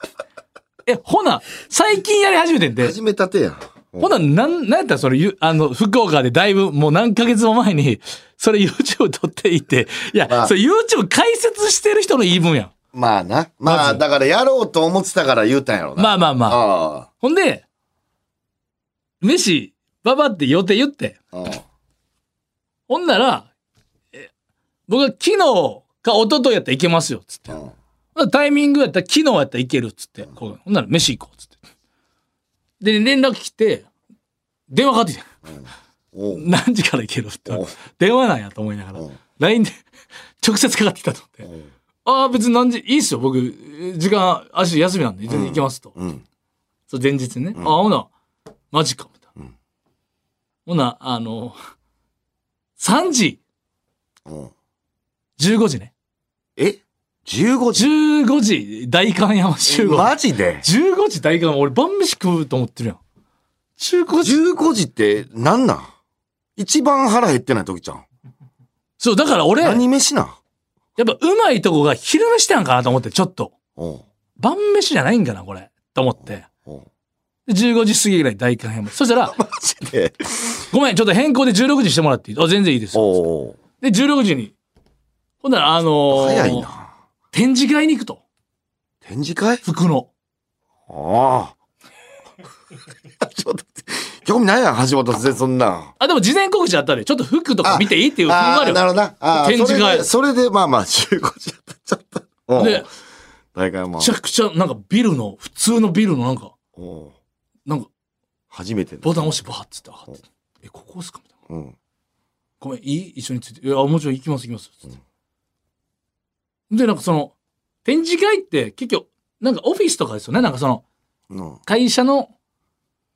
C: え、ほな、最近やり始めてんで。
D: 始めたてやん。
C: ほな、なん、なんやったらそれ、ゆあの、福岡でだいぶ、もう何ヶ月も前に、それ YouTube 撮っていって、いや、
D: まあ
C: それ YouTube 解説してる人の言い分やん。
D: まあな。まあ、だからやろうと思ってたから言うたんやろな。
C: まあまあまあ。
D: あ
C: ほんで、飯、ババって予定言って。
D: あ。うん
C: ほんなら、え僕は昨日か一昨日やったらいけますよ、つって。
D: うん
C: ほんならタイミングやったら昨日やったらいけるっつって、こうほんなら飯行こうっつって。で、連絡来て、電話かかってきて、
D: おう
C: [laughs] 何時から行けるって
D: おう。
C: 電話なんやと思いながら
D: うん、
C: LINE で [laughs] 直接かかってきたと思って。
D: ん
C: ああ、別に何時、いいっすよ、僕、えー時間、明日休みなんで、全然行けますと。
D: うん。
C: そう前日ね。ああ、ほな、マジか、みたいな。ほな、あの、3時、
D: うん。
C: 15時ね。
D: え ?15 時
C: 15時、大観山集合。
D: マジで
C: 15時大観俺晩飯食うと思ってるやん。15時。
D: ?15 時ってなんなん一番腹減ってない時ちゃん。
C: そう、だから俺、やっ
D: 何飯なん
C: ぱうまいとこが昼飯なんかなと思って、ちょっと。
D: おう
C: 晩飯じゃないんかな、これ。と思って。
D: おう
C: で15時過ぎぐらい大観山。そした
D: [laughs]
C: ら、
D: マジで
C: ごめん、ちょっと変更で16時にしてもらっていいあ、全然いいですよ。
D: おう
C: で、16時に。ほんなら、あのー
D: 早いな。
C: 展示会に行くと。
D: 展示会
C: 服の。
D: ああ。 [laughs] ちょっと待って、興味ないやん、橋本先生、そんなん。
C: あ、でも事前告知あったで、ちょっと服とか見ていいっていう風もあ
D: あ
C: る
D: あ、な
C: よ。
D: るほどな。ああ
C: 展示会
D: それで、それでまあまあ、15時だった。ちょっと。おう
C: で、
D: 大会も
C: めち。ゃくちゃ、なんかビルの、普通のビルのなんか、
D: おう
C: なんか、
D: 初めてだ
C: ボタン押してバーッつって、あってえ、ここっすかみたいな。
D: うん。
C: ごめん、いい一緒について。いや、もちろん行きます行きます。つって。で、なんかその、展示会って結局、なんかオフィスとかですよね。なんかその、
D: うん。
C: 会社の、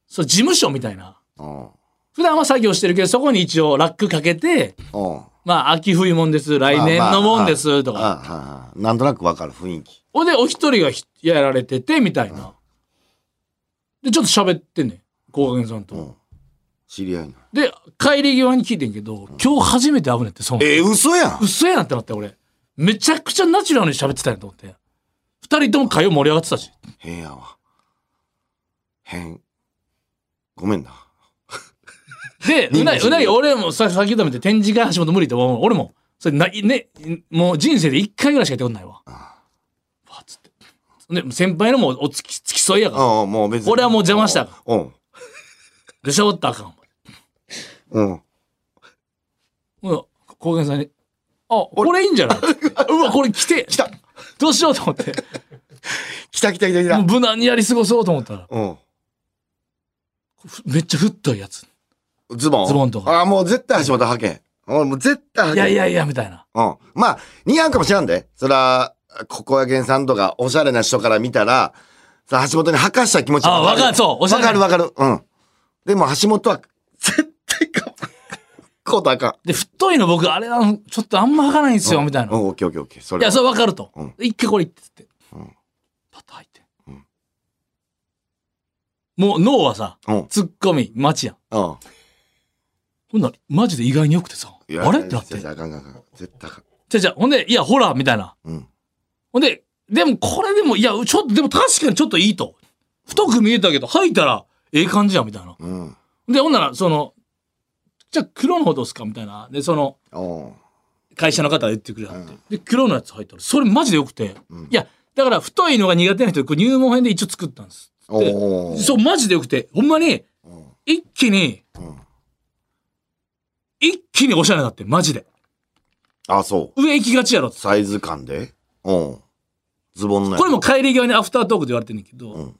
C: そう、事務所みたいな。
D: うん。
C: 普段は作業してるけど、そこに一応ラックかけて、
D: うん。あ
C: まあ、秋冬もんです、来年のもんです、と
D: あ、
C: か。
D: ああ、なんとなくわかる雰囲気。
C: ほんで、お一人がひやられてて、みたいな。で、ちょっと喋ってんねん。高原さん
D: う
C: と。
D: ん。知り合いの。
C: で、帰り際に聞いてんけど、今日初めて会うねんって、その。
D: えー、嘘やん
C: 嘘やなってなって、俺。めちゃくちゃナチュラルに喋ってたんやと思って。二人とも会話盛り上がってたし。
D: 変やわ。変。ごめんな。
C: で、うなぎ、うなぎ、俺もさ、先止めて展示会橋本無理と思う。俺も、それな、ね、もう人生で一回ぐらいしかやってことないわ。わっつって。で、先輩のもお付き、付き添いやから。
D: うん、もう別に。
C: 俺はもう邪魔した。
D: うん。
C: でしゃおったらあかん。
D: うん。
C: うん、高原さんに、あ、これいいんじ
D: [laughs]
C: ゃないうわ、これ来て、
D: 来た
C: どうしようと思って、
D: 来た来た来た来
C: もう
D: た。
C: 無難にやり過ごそうと思ったら、
D: うん。
C: ふめっちゃ太いやつ。
D: ズボン
C: ズボンとか
D: ああ、もう絶対橋本派遣。俺もう絶対
C: い
D: 派
C: や
D: 遣。
C: いやいや、みたいな。
D: うん。まあ、似合うかもしれんで。そら、ここやけんさんとか、おしゃれな人から見たら、さ、橋本に吐かした気持ち
C: あ、わかる、
D: る。
C: そう、おしゃ
D: わ
C: れ
D: かる
C: な。
D: わかる。うん。でも橋本は、絶対か、ことあか
C: で、太いの僕、あれは、ちょっとあんま履かないんですよ、みたい
D: ん。
C: な。
D: う
C: い
D: ん、オッケーオッケーオッケー。それ
C: や、
D: は。
C: それわかると
D: うん。
C: 一回これ言ってつって
D: うん。
C: パッと入って
D: うん。
C: もう脳はさ、
D: うん。
C: ツッコミ、待ちやん。
D: うん。
C: ほんなら、マジで意外に良くてさ、
D: いや
C: あれってなって。
D: い
C: じ
D: やいやあかんあかんあかん絶対あかん。
C: ゃじゃほんで、いや、ほら、みたいな。
D: うん。
C: ほんで、でもこれでも、いや、ちょっと、でも確かにちょっといいと。太く見えたけど、吐いたら、ええ感じや、みたいな。
D: うん。
C: で、ほんなら、その、じゃあ黒の方どうすかみたいな。で、その、
D: おう
C: 会社の方が言ってくれはって。で、黒のやつ入ったら、それマジでよくて。
D: うん
C: いや、だから太いのが苦手な人、これ入門編で一応作ったんです。
D: おう
C: そう、マジでよくて。ほんまに、
D: うん
C: 一気に、
D: うん
C: 一気におしゃれになって、マジで。
D: あ、そう。
C: 上行きがちやろ。
D: サイズ感でうん。ズボンのやつ
C: これも帰り際にアフタートークで言われてんねんけど、
D: うん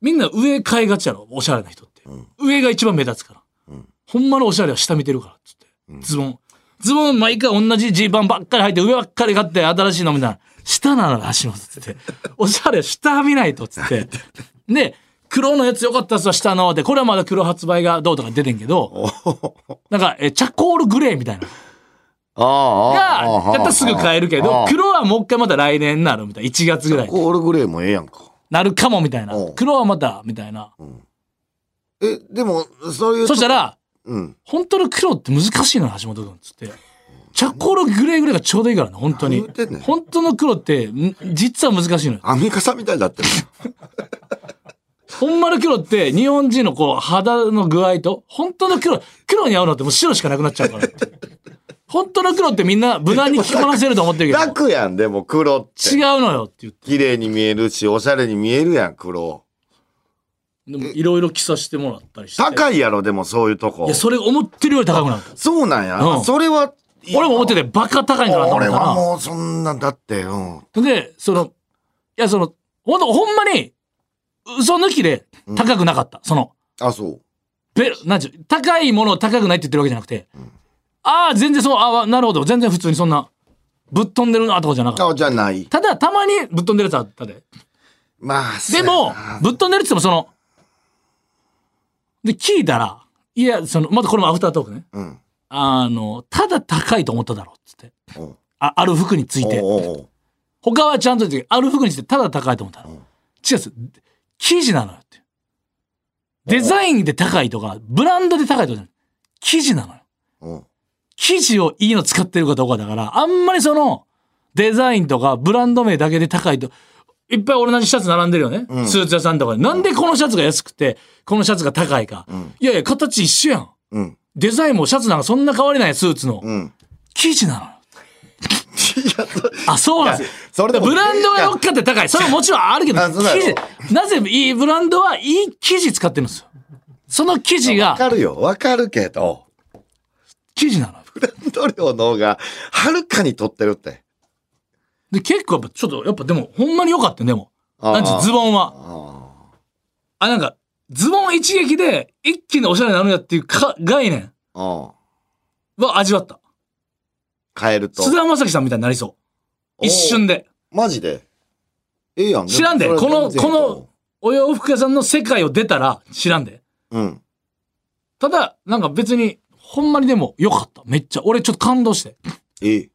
C: みんな上買いがちやろおしゃれな人って、
D: ん
C: 上が一番目立つから、
D: うん
C: ほんまのおしゃれは下見てるからっつって、
D: ん
C: ズボンズボン毎回同じジーパンばっかり履いて上ばっかり買って新しいのみたいな下なら走りますっつっておしゃれは下見ないとっつって
D: [laughs]
C: で黒のやつよかったっすわ下のでこれはまだ黒発売がどうとか出てんけどなんかえチャコールグレーみたいな
D: ああ
C: が
D: ああ
C: や
D: ああ
C: ったらすぐ買えるけど
D: ああ
C: 黒はもう一回また来年になるみたいな1月ぐらいに
D: コールグレーもええやんか。
C: なるかもみたいな
D: うん。
C: 黒はまた、みたいな。
D: え、でも、そういう。
C: そした、ら、
D: うん。
C: 本当の黒って難しいのよ橋本君っつって。チャコールグレーぐらいがちょうどいいからね、本当に
D: 何言ってんねん。
C: 本当の黒って、ん実は難しいのよ。
D: アンミカさんみたいになってる。
C: ほんまの黒って日本人のこう肌の具合と本当の黒黒に合うのってもう白しかなくなっちゃ
D: [laughs]
C: うから本当の黒ってみんな無難に着こなせると思ってるけど
D: 楽やん、でも黒って。
C: 違うのよって言って
D: 綺麗に見えるし、おしゃれに見えるやん、黒。
C: でもいろいろ着させてもらったりして
D: 高いやろ、でもそういうとこ
C: いや。それ思ってるより高くなった
D: そうなんや。
C: うん
D: それは、
C: 俺も思っててバカ高いんだなと思っ
D: 俺
C: た
D: は
C: な
D: もうそんなんだって、うん。
C: でそのいやそのほんとほんまに嘘抜きで高くなかった、その
D: あ、そう。
C: べなんちゅう高いものを高くないって言ってるわけじゃなくて、ああ全然そうああなるほど全然普通にそんなぶっ飛んでるなとかじゃなかっ
D: あ、じゃない。
C: たただたまにぶっ飛んでるやつあったで
D: まあ、
C: で
D: そ
C: も
D: うやな
C: ぶっ飛んでるって言ってもそので聞いたらいやそのまたこれもアフタートークね
D: うん。
C: あのただ高いと思っただろっつって
D: おう
C: あある服について
D: おうおう
C: 他はちゃんと言ってある服についてただ高いと思ったの
D: うん
C: 違うんです生地なのよってデザインで高いとかブランドで高いとかじゃない生地なのよ
D: おう
C: 生地をいいの使ってるかどうかだから、あんまりその、デザインとかブランド名だけで高いと、いっぱい同じシャツ並んでるよね。
D: うん
C: スーツ屋さんとかで。なんでこのシャツが安くて、このシャツが高いか。
D: うん
C: いやいや、形一緒やん。
D: うん。
C: デザインもシャツなんかそんな変わりないスーツの。
D: うん。
C: 生地なのよ。あ、そうなんです
D: それでも
C: ブランドが乗っかって高い。それはもちろんあるけど、
D: あそうだよ
C: 生地、なぜいいブランドはいい生地使ってるんですよ。その生地
D: わか
C: が、
D: るよ。わかるけど、
C: 生地なのよ。
D: 塗料の方が、はるかに取ってるって。
C: で、結構やっぱちょっと、やっぱでも、ほんまに良かったよ、でも。
D: あー
C: なんちゅうズボンは。
D: あ
C: あ、なんか、ズボン一撃で一気におしゃれになるんやっていうか概念
D: あ。うん。
C: は味わった。
D: 変えると。
C: 菅田将暉さんみたいになりそう。一瞬
D: で。
C: で。
D: マジで。ええやん。
C: 知らんで、
D: も
C: この、
D: それ
C: この、お洋服屋さんの世界を出たら知らんで。
D: 全然いいと思う、うん。
C: ただ、なんか別に、ほんまにでも良かった。めっちゃ。俺ちょっと感動して。
D: ええ。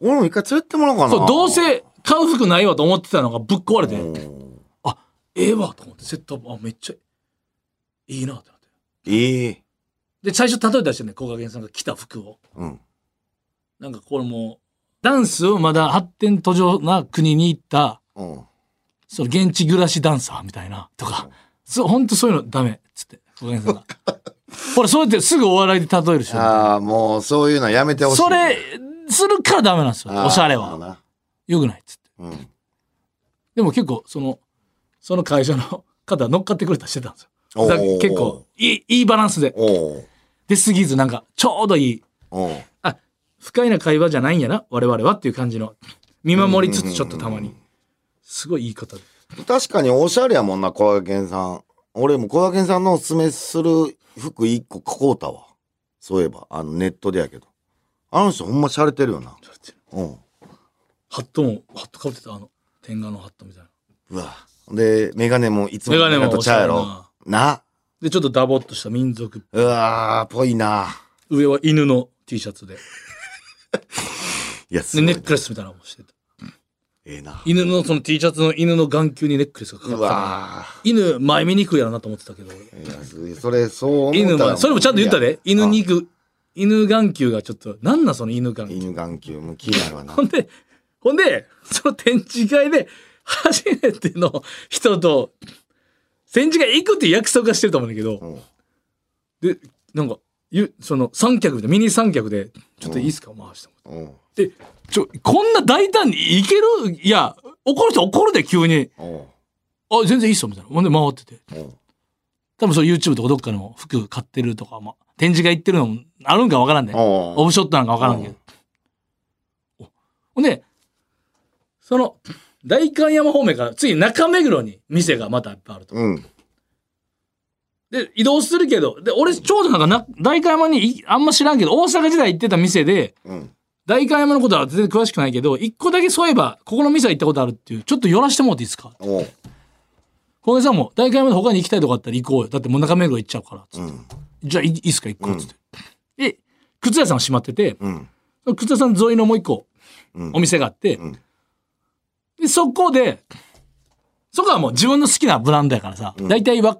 D: 俺も一回連れてってもらおうかな。
C: そう、どうせ買う服ないわと思ってたのがぶっ壊れて、
D: うん。
C: ええわと思って、セットアップ、あ、めっちゃいいなってなって。
D: ええ。
C: で、最初例え出してね、小賀源さんが着た服を。
D: うん。
C: なんかこれもう、ダンスをまだ発展途上な国に行った、
D: うん。
C: その現地暮らしダンサーみたいなとか、そう本当そういうのダメっつって小林さんがほらそうやってすぐお笑いで例えるし
D: ああ、もうそういうのやめてほしい。
C: それするからダメなんですよ
D: あー、
C: おしゃれ
D: そうだ
C: は
D: な
C: よくないっつって
D: うん。
C: でも結構そのその会社の方乗っかってくれたりしてたんです
D: お
C: よ
D: ー
C: だから結構いいいいバランスで
D: おお
C: 出過ぎずなんかちょうどいい
D: おう
C: あ不快な会話じゃないんやな我々はっていう感じの見守りつつちょっとたまにすごいいい方で
D: 確かにおしゃれやもんな、小賀健さん。俺も小賀健さんのおすすめする服一個買うたわ。そういえば、あのネットでやけど。あの人ほんましゃれてるよな。うん。
C: ハットもハットかぶってたあの天下のハットみたいな
D: うわ。で、メガネもいつも
C: メガネも
D: メガネとちゃうや
C: おしゃれ
D: ろ
C: な。
D: な。
C: でちょっとダボっとした民族
D: うわー、ぽいな。
C: 上は犬の T シャツで
D: いや、す
C: で
D: ごい
C: ネ
D: な。
C: ックレスみたいなのもしてた
D: ええな。
C: 犬のその T シャツの犬の眼球にネックレスがかか
D: う
C: ってたから
D: わ
C: 犬前見にくいやろなと思ってたけど俺
D: ー。いやすそれ、そう思
C: 犬
D: ったら
C: 前それもちゃんと言った
D: いや
C: で犬肉犬眼球がちょっとなんなんその犬眼球
D: 犬眼球も気になるわな
C: ほ。んでほんでその展示会で初めての人と展示会行くっていう約束はしてると思うんだけど
D: うん
C: でなんかゆその三脚みたいなミニ三脚でちょっといいっすか回しても
D: うん。
C: で、ちょ、こんな大胆にいけるいや、怒る人怒るで、急に。
D: おう
C: あ、全然いいっすよ、みたいな。ほんで、回ってて。
D: おう
C: 多分、そう YouTube とかどっかの服買ってるとか、まあ、展示会行ってるのもあるんかわからんね。
D: おう
C: オフショットなんかわからんけど。ほんで、その、代官山方面から、次中目黒に店がまたいっぱいあると。
D: うん。
C: で、移動するけど、で、俺、ちょうどなんかな、代官山にい、あんま知らんけど、大阪時代行ってた店で、
D: うん。
C: 代官山のことは全然詳しくないけど、一個だけそういえば、ここの店は行ったことあるっていう、ちょっと寄らしてもらっていいですか
D: おう
C: 小林さんも、代官山で他に行きたいとこあったら行こうよ。だってもう中目黒行っちゃうから。つって
D: うん。
C: じゃあいいいっすか、行こう。つって。で、靴屋さんは閉まってて、
D: うん。
C: その靴屋さん沿いのもう一個、
D: うん
C: お店があって、
D: ん
C: で、そこで、そこはもう自分の好きなブランドやからさ、大体は、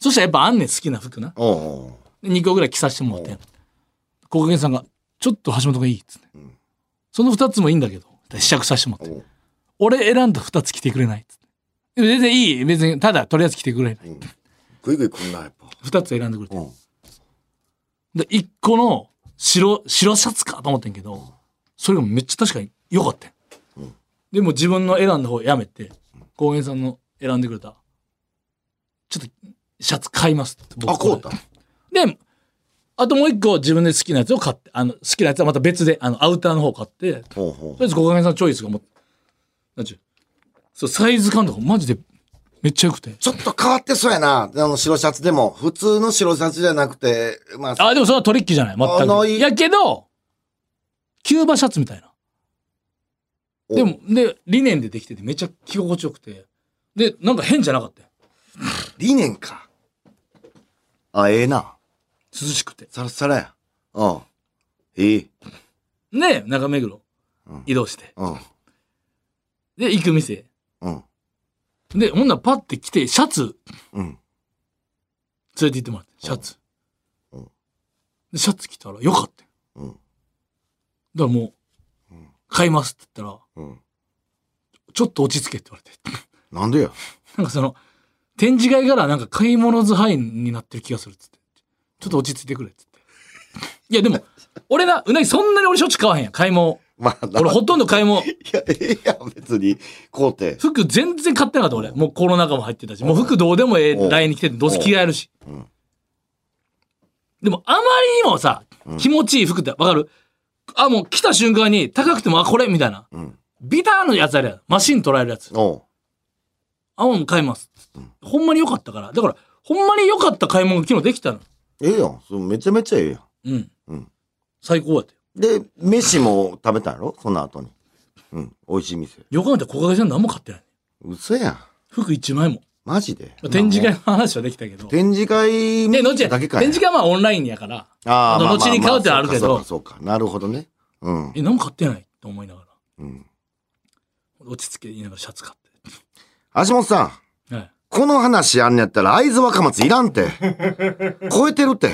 C: そしたらやっぱあんねん、好きな服な。
D: おうおう
C: で2個ぐらい着させてもらって高原さんが「ちょっと橋本がいい」っつって、その2つもいいんだけど」試着させてもらって「俺選んだ2つ着てくれない」っつって全然いい。別に、ただ、とりあえず来てくれ。
D: うんグイグイ来んなやっぱ
C: 二つ選んでくれて。
D: うん
C: で、一個の白、白シャツかと思ってんけど、それがめっちゃ確かに良かったん。でも自分の選んだ方やめて、高原さんの選んでくれた、ちょっとシャツ買いますって僕
D: あこうた
C: で、あともう一個自分で好きなやつを買って、あの、好きなやつはまた別で、あの、アウターの方買って、と
D: ほうほ
C: りあえず高原さんのチョイスがもう、なんちゅう、そう、サイズ感とかマジでめっちゃ良くて。
D: ちょっと変わってそうやなあの白シャツでも普通の白シャツじゃなくてまあ
C: あ、でもそれはトリッキーじゃない。
D: あ
C: 全
D: な
C: く。
D: い
C: やけど、キューバシャツみたいな。
D: お
C: でも、で、リネンでできててめっちゃ着心地よくて。で、なんか変じゃなかったよ
D: 理念かあええな
C: 涼しくて。
D: サラッサラやうんいい
C: で、中目黒
D: うん、
C: 移動して。
D: うん
C: で、行く店。
D: うん
C: で、ほんならパッて来て、シャツ
D: うん
C: 連れて行ってもらって、シャツ。
D: うん
C: で、シャツ着たらよかったよ。
D: うん
C: だからもう、買いますって言ったら、
D: うん
C: ちょっと落ち着けって言われて。 [laughs]
D: なんでや
C: なんかその、展示会からなんか買い物ズハイになってる気がするっつって。ちょっと落ち着いてくれっつって。いやでも、俺な、うなぎそんなに俺しょっちゅう買わへんやん、買い物。
D: まあな
C: 俺ほとんど買い物。
D: いや、ええやん、別に。こうて。
C: 服全然買ってなかった俺。もうコロナ禍も入ってたし、もう服どうでもえ
D: う
C: え
D: ん
C: ラインに来てて、どうせ着替えるし
D: うん。
C: でもあまりにもさ、気持ちいい服ってわかるあ、もう来た瞬間に高くても、あ、これみたいな。
D: うん。
C: ビターのやつあるやん。マシン捉えるやつ。
D: おう。
C: あ、もう買います。ほんまに良かったから。だから、ほんまに良かった買い物が昨日できたの。
D: ええやん。そうめちゃめちゃええや
C: うん。
D: うん
C: 最高やって。
D: ん。で、飯も食べたんやろその後に。うん。美味しい店。
C: よく考えたら小影さん何も買ってない。
D: 嘘やん。
C: 服1枚も。
D: マジで。
C: まあ展示会の話はできたけど。
D: 展示会
C: で、後で、
D: だけ
C: 展
D: かい
C: 示会はまあオンラインやから、
D: あ
C: あ
D: あ、
C: の
D: まあまあ
C: 後に買うってのはあるけど
D: まそうか、そうか。なるほどね。うん。
C: え、何も買ってないと思いながら、
D: うん。
C: 落ち着け言いながらシャツ買っ
D: 橋本さん、
C: て。はい。
D: この話あんねやったら会津若松いらんて。超えてるって。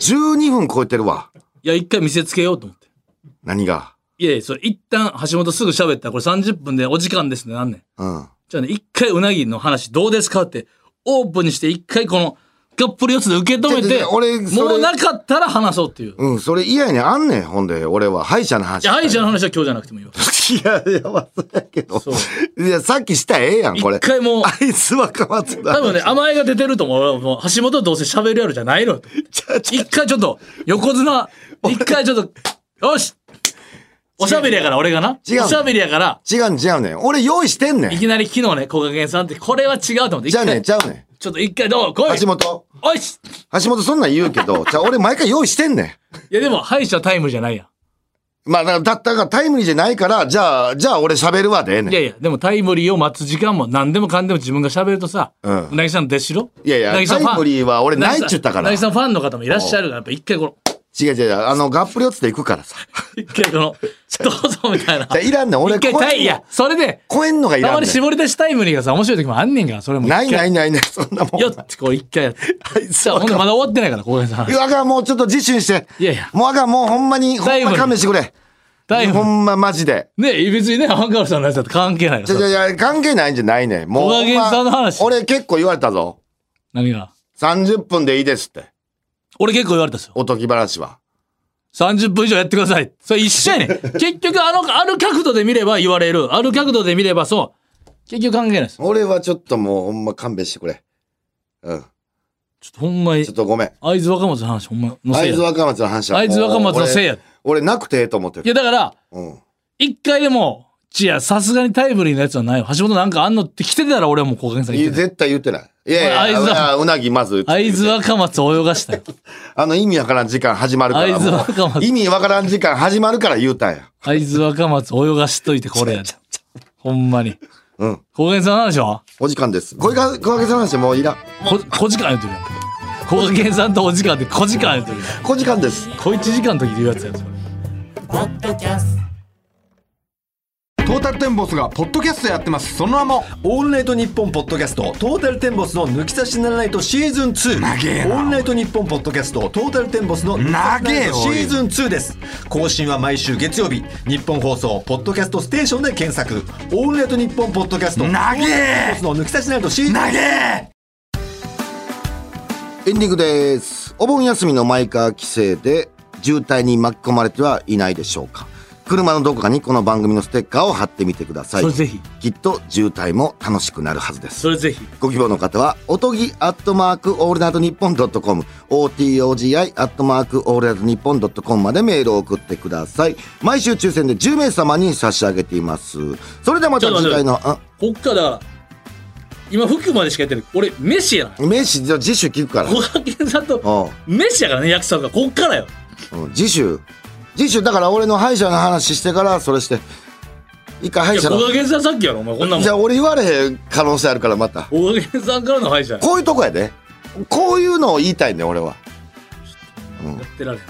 D: 12分超えてるわ。
C: いや、一回見せつけようと思って。
D: 何が。
C: いやいや、それ一旦橋本すぐ喋ったら、これ30分でお時間ですね、なんねん。
D: うん。
C: じゃあね、一回うなぎの話どうですかって、オープンにして一回この、がっぷり四つで受け止め
D: ちょち
C: て、
D: ょ俺それ
C: もうなかったら話そうっていう。
D: うん、それ嫌やねん。あんねん。ほんで、俺は歯医者の話。
C: じゃあ、愛者の話は今日じゃなくてもいいわ。
D: いや、 [laughs] いや、まあ、そうやけど
C: そ。
D: いや、さっきしたらええやん、これ
C: 一。回もう、
D: [laughs] あいつ若松だ。
C: 多分ね、甘えが出てると思う。俺はもう橋本どうせ喋るやろじゃないのよ。
D: ちゃちゃ
C: 一回ちょっと、横綱、一回ちょっと、よしおしゃべりやから、俺がな。
D: 違う
C: おしゃべりやから、
D: 違うねん、違うねん。俺用意してんね
C: い
D: ん。
C: きなり昨日ね、小賀源さんって、これは違うと思って、一
D: じゃあねん、
C: 回、
D: ちゃうねん。
C: ちょっと一回どう来い
D: 橋本。
C: おいし
D: 橋本そんなん言うけど、じゃあ俺毎回用意してんね
C: いやでも、歯医者タイムじゃないや
D: ん。まあ、だだったからタイムリーじゃないから、じゃあ、じゃあ俺喋るわでええ
C: ん。いや
D: ねん。
C: いや、でもタイムリーを待つ時間も何でもかんでも自分が喋るとさ、
D: うん
C: うなぎさんの弟子ろ
D: いやいや
C: うなぎさんファン
D: タイムリーは俺ないっちゅったから
C: うなぎさんファンの方もいらっしゃるから、やっぱ一回この、
D: 違う違う、あの、ガップリ四つで行くからさ。
C: 一回この、どうぞみたい
D: [laughs]
C: な。
D: じゃあいらんねん、俺
C: 一回
D: 超えん
C: タイ、いや、それで、
D: 超えんのがい
C: た
D: ら
C: ま
D: ん
C: に
D: ねん。
C: 絞り出しタイムリーがさ、面白い時もあんねんから、それも。。
D: ないないいないない、そんなもん。
C: よっこう一回やって。
D: あいつ
C: さあ、
D: は
C: ほんでまだ終わってないから、小林さん。
D: うわあかん、もうちょっと自信して。
C: いやいや
D: もうあかん、もうほんまに、ほ
C: タ
D: ん
C: イム
D: ま
C: リー
D: 勘弁してくれ。
C: タイ
D: ほ
C: ム。
D: んまマジで。
C: ね別にね、アンカールさんのやつだって関係ないか
D: じゃ
C: ら
D: じ
C: さ。
D: ゃじゃ関係ないんじゃないね。もう
C: 小
D: ほん
C: 賀
D: ま。
C: 源さんの話
D: 俺結構言われたぞ。
C: 何が
D: 30分でいいですって。
C: 俺結構言われたんですよ。
D: おとぎ話は。
C: 30分以上やってください。それ一緒
D: [laughs]
C: やねん。結局、あの、ある角度で見れば言われる。ある角度で見ればそう。結局関係ないです。ちょ
D: 俺はちょっともうほんま勘弁してくれ。うん。
C: っとほんまに
D: ちょっ、とごめん。
C: 会津若松の話ほんまのせ
D: 会
C: い
D: 津
C: や。
D: 若松の話は。
C: 会津若松のせい
D: い。
C: や。い
D: 俺なくてええと思ってる。
C: や、だから、
D: うん。
C: 一回でも、いや、さすがにタイムリーのやつはないよ。橋本なんかあんのって来てたら俺はもう小菅さん
D: い
C: 言
D: や
C: ってた。
D: 絶対言ってない。いやい
C: 会津
D: や、うなぎまず。
C: 会津若松を泳がしたよ。
D: あの意味わからん時間始まるから。
C: 会津
D: もう
C: 若松
D: 意味わからん時間始まるから言うたんや。
C: 会津若松泳がしといてこれやで。ほんまに。
D: うん。
C: 高原さんの話は
D: お時間です。小池小池さんの話もういらん。
C: こ、小時間言うてるやん。高原さんとお時間で小時間言うてるやん。
D: 小時間です。
C: 小一時間の時に言うやつやん、それ。
D: トータル
B: タルテンボスがポッドキャストやってますその名も
E: オールナイトニッポンポッドキャストトータルテンボスの抜き差しならないとシーズン2
B: 長えな
E: オールナイトニッポンポッドキャストトータルテンボスの抜き差しならないとシーズン2です更新は毎週月曜日日本放送ポッドキャストステーションで検索オールナイトニッポンポッドキャスト
B: 長え
E: トータルテンボスの抜き差しならないとシーズン2
D: エンディングです。お盆休みのマイカー規制で渋滞に巻き込まれてはいないでしょうか。車のどこかにこの番組のステッカーを貼ってみてください
C: それ。ぜひ
D: きっと渋滞も楽しくなるはずです。
C: それぜひ
D: ご希望の方は、おとぎアットマークオールナイトニッポンドットコム、OTOGI アットマークオールナイトニッポンドットコムまでメールを送ってください。毎週抽選で10名様に差し上げています。それではまた
C: ちょっと
D: 次
C: 待って
D: 回の、あ、
C: こっからだから今服までしかやってる俺飯やな
D: 名刺、じゃあ次週聞くから。
C: こがけんさんと
D: お
C: 飯やからね役者がこっからよ
D: うんうん次週。次週、だから俺の歯医者の話してから、それして。一回歯
C: い
D: 医
C: や
D: 者
C: こ
D: の。
C: がけんさんさっきやろお前こんなもん
D: じゃあ俺言われへん可能性あるから、また。
C: こがけんさんからの歯医者や
D: こういうとこやで。こういうのを言いたいね、俺は。
C: ってられへん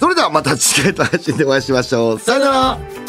D: それではまた次回の配信でお会いしましょう。さよなら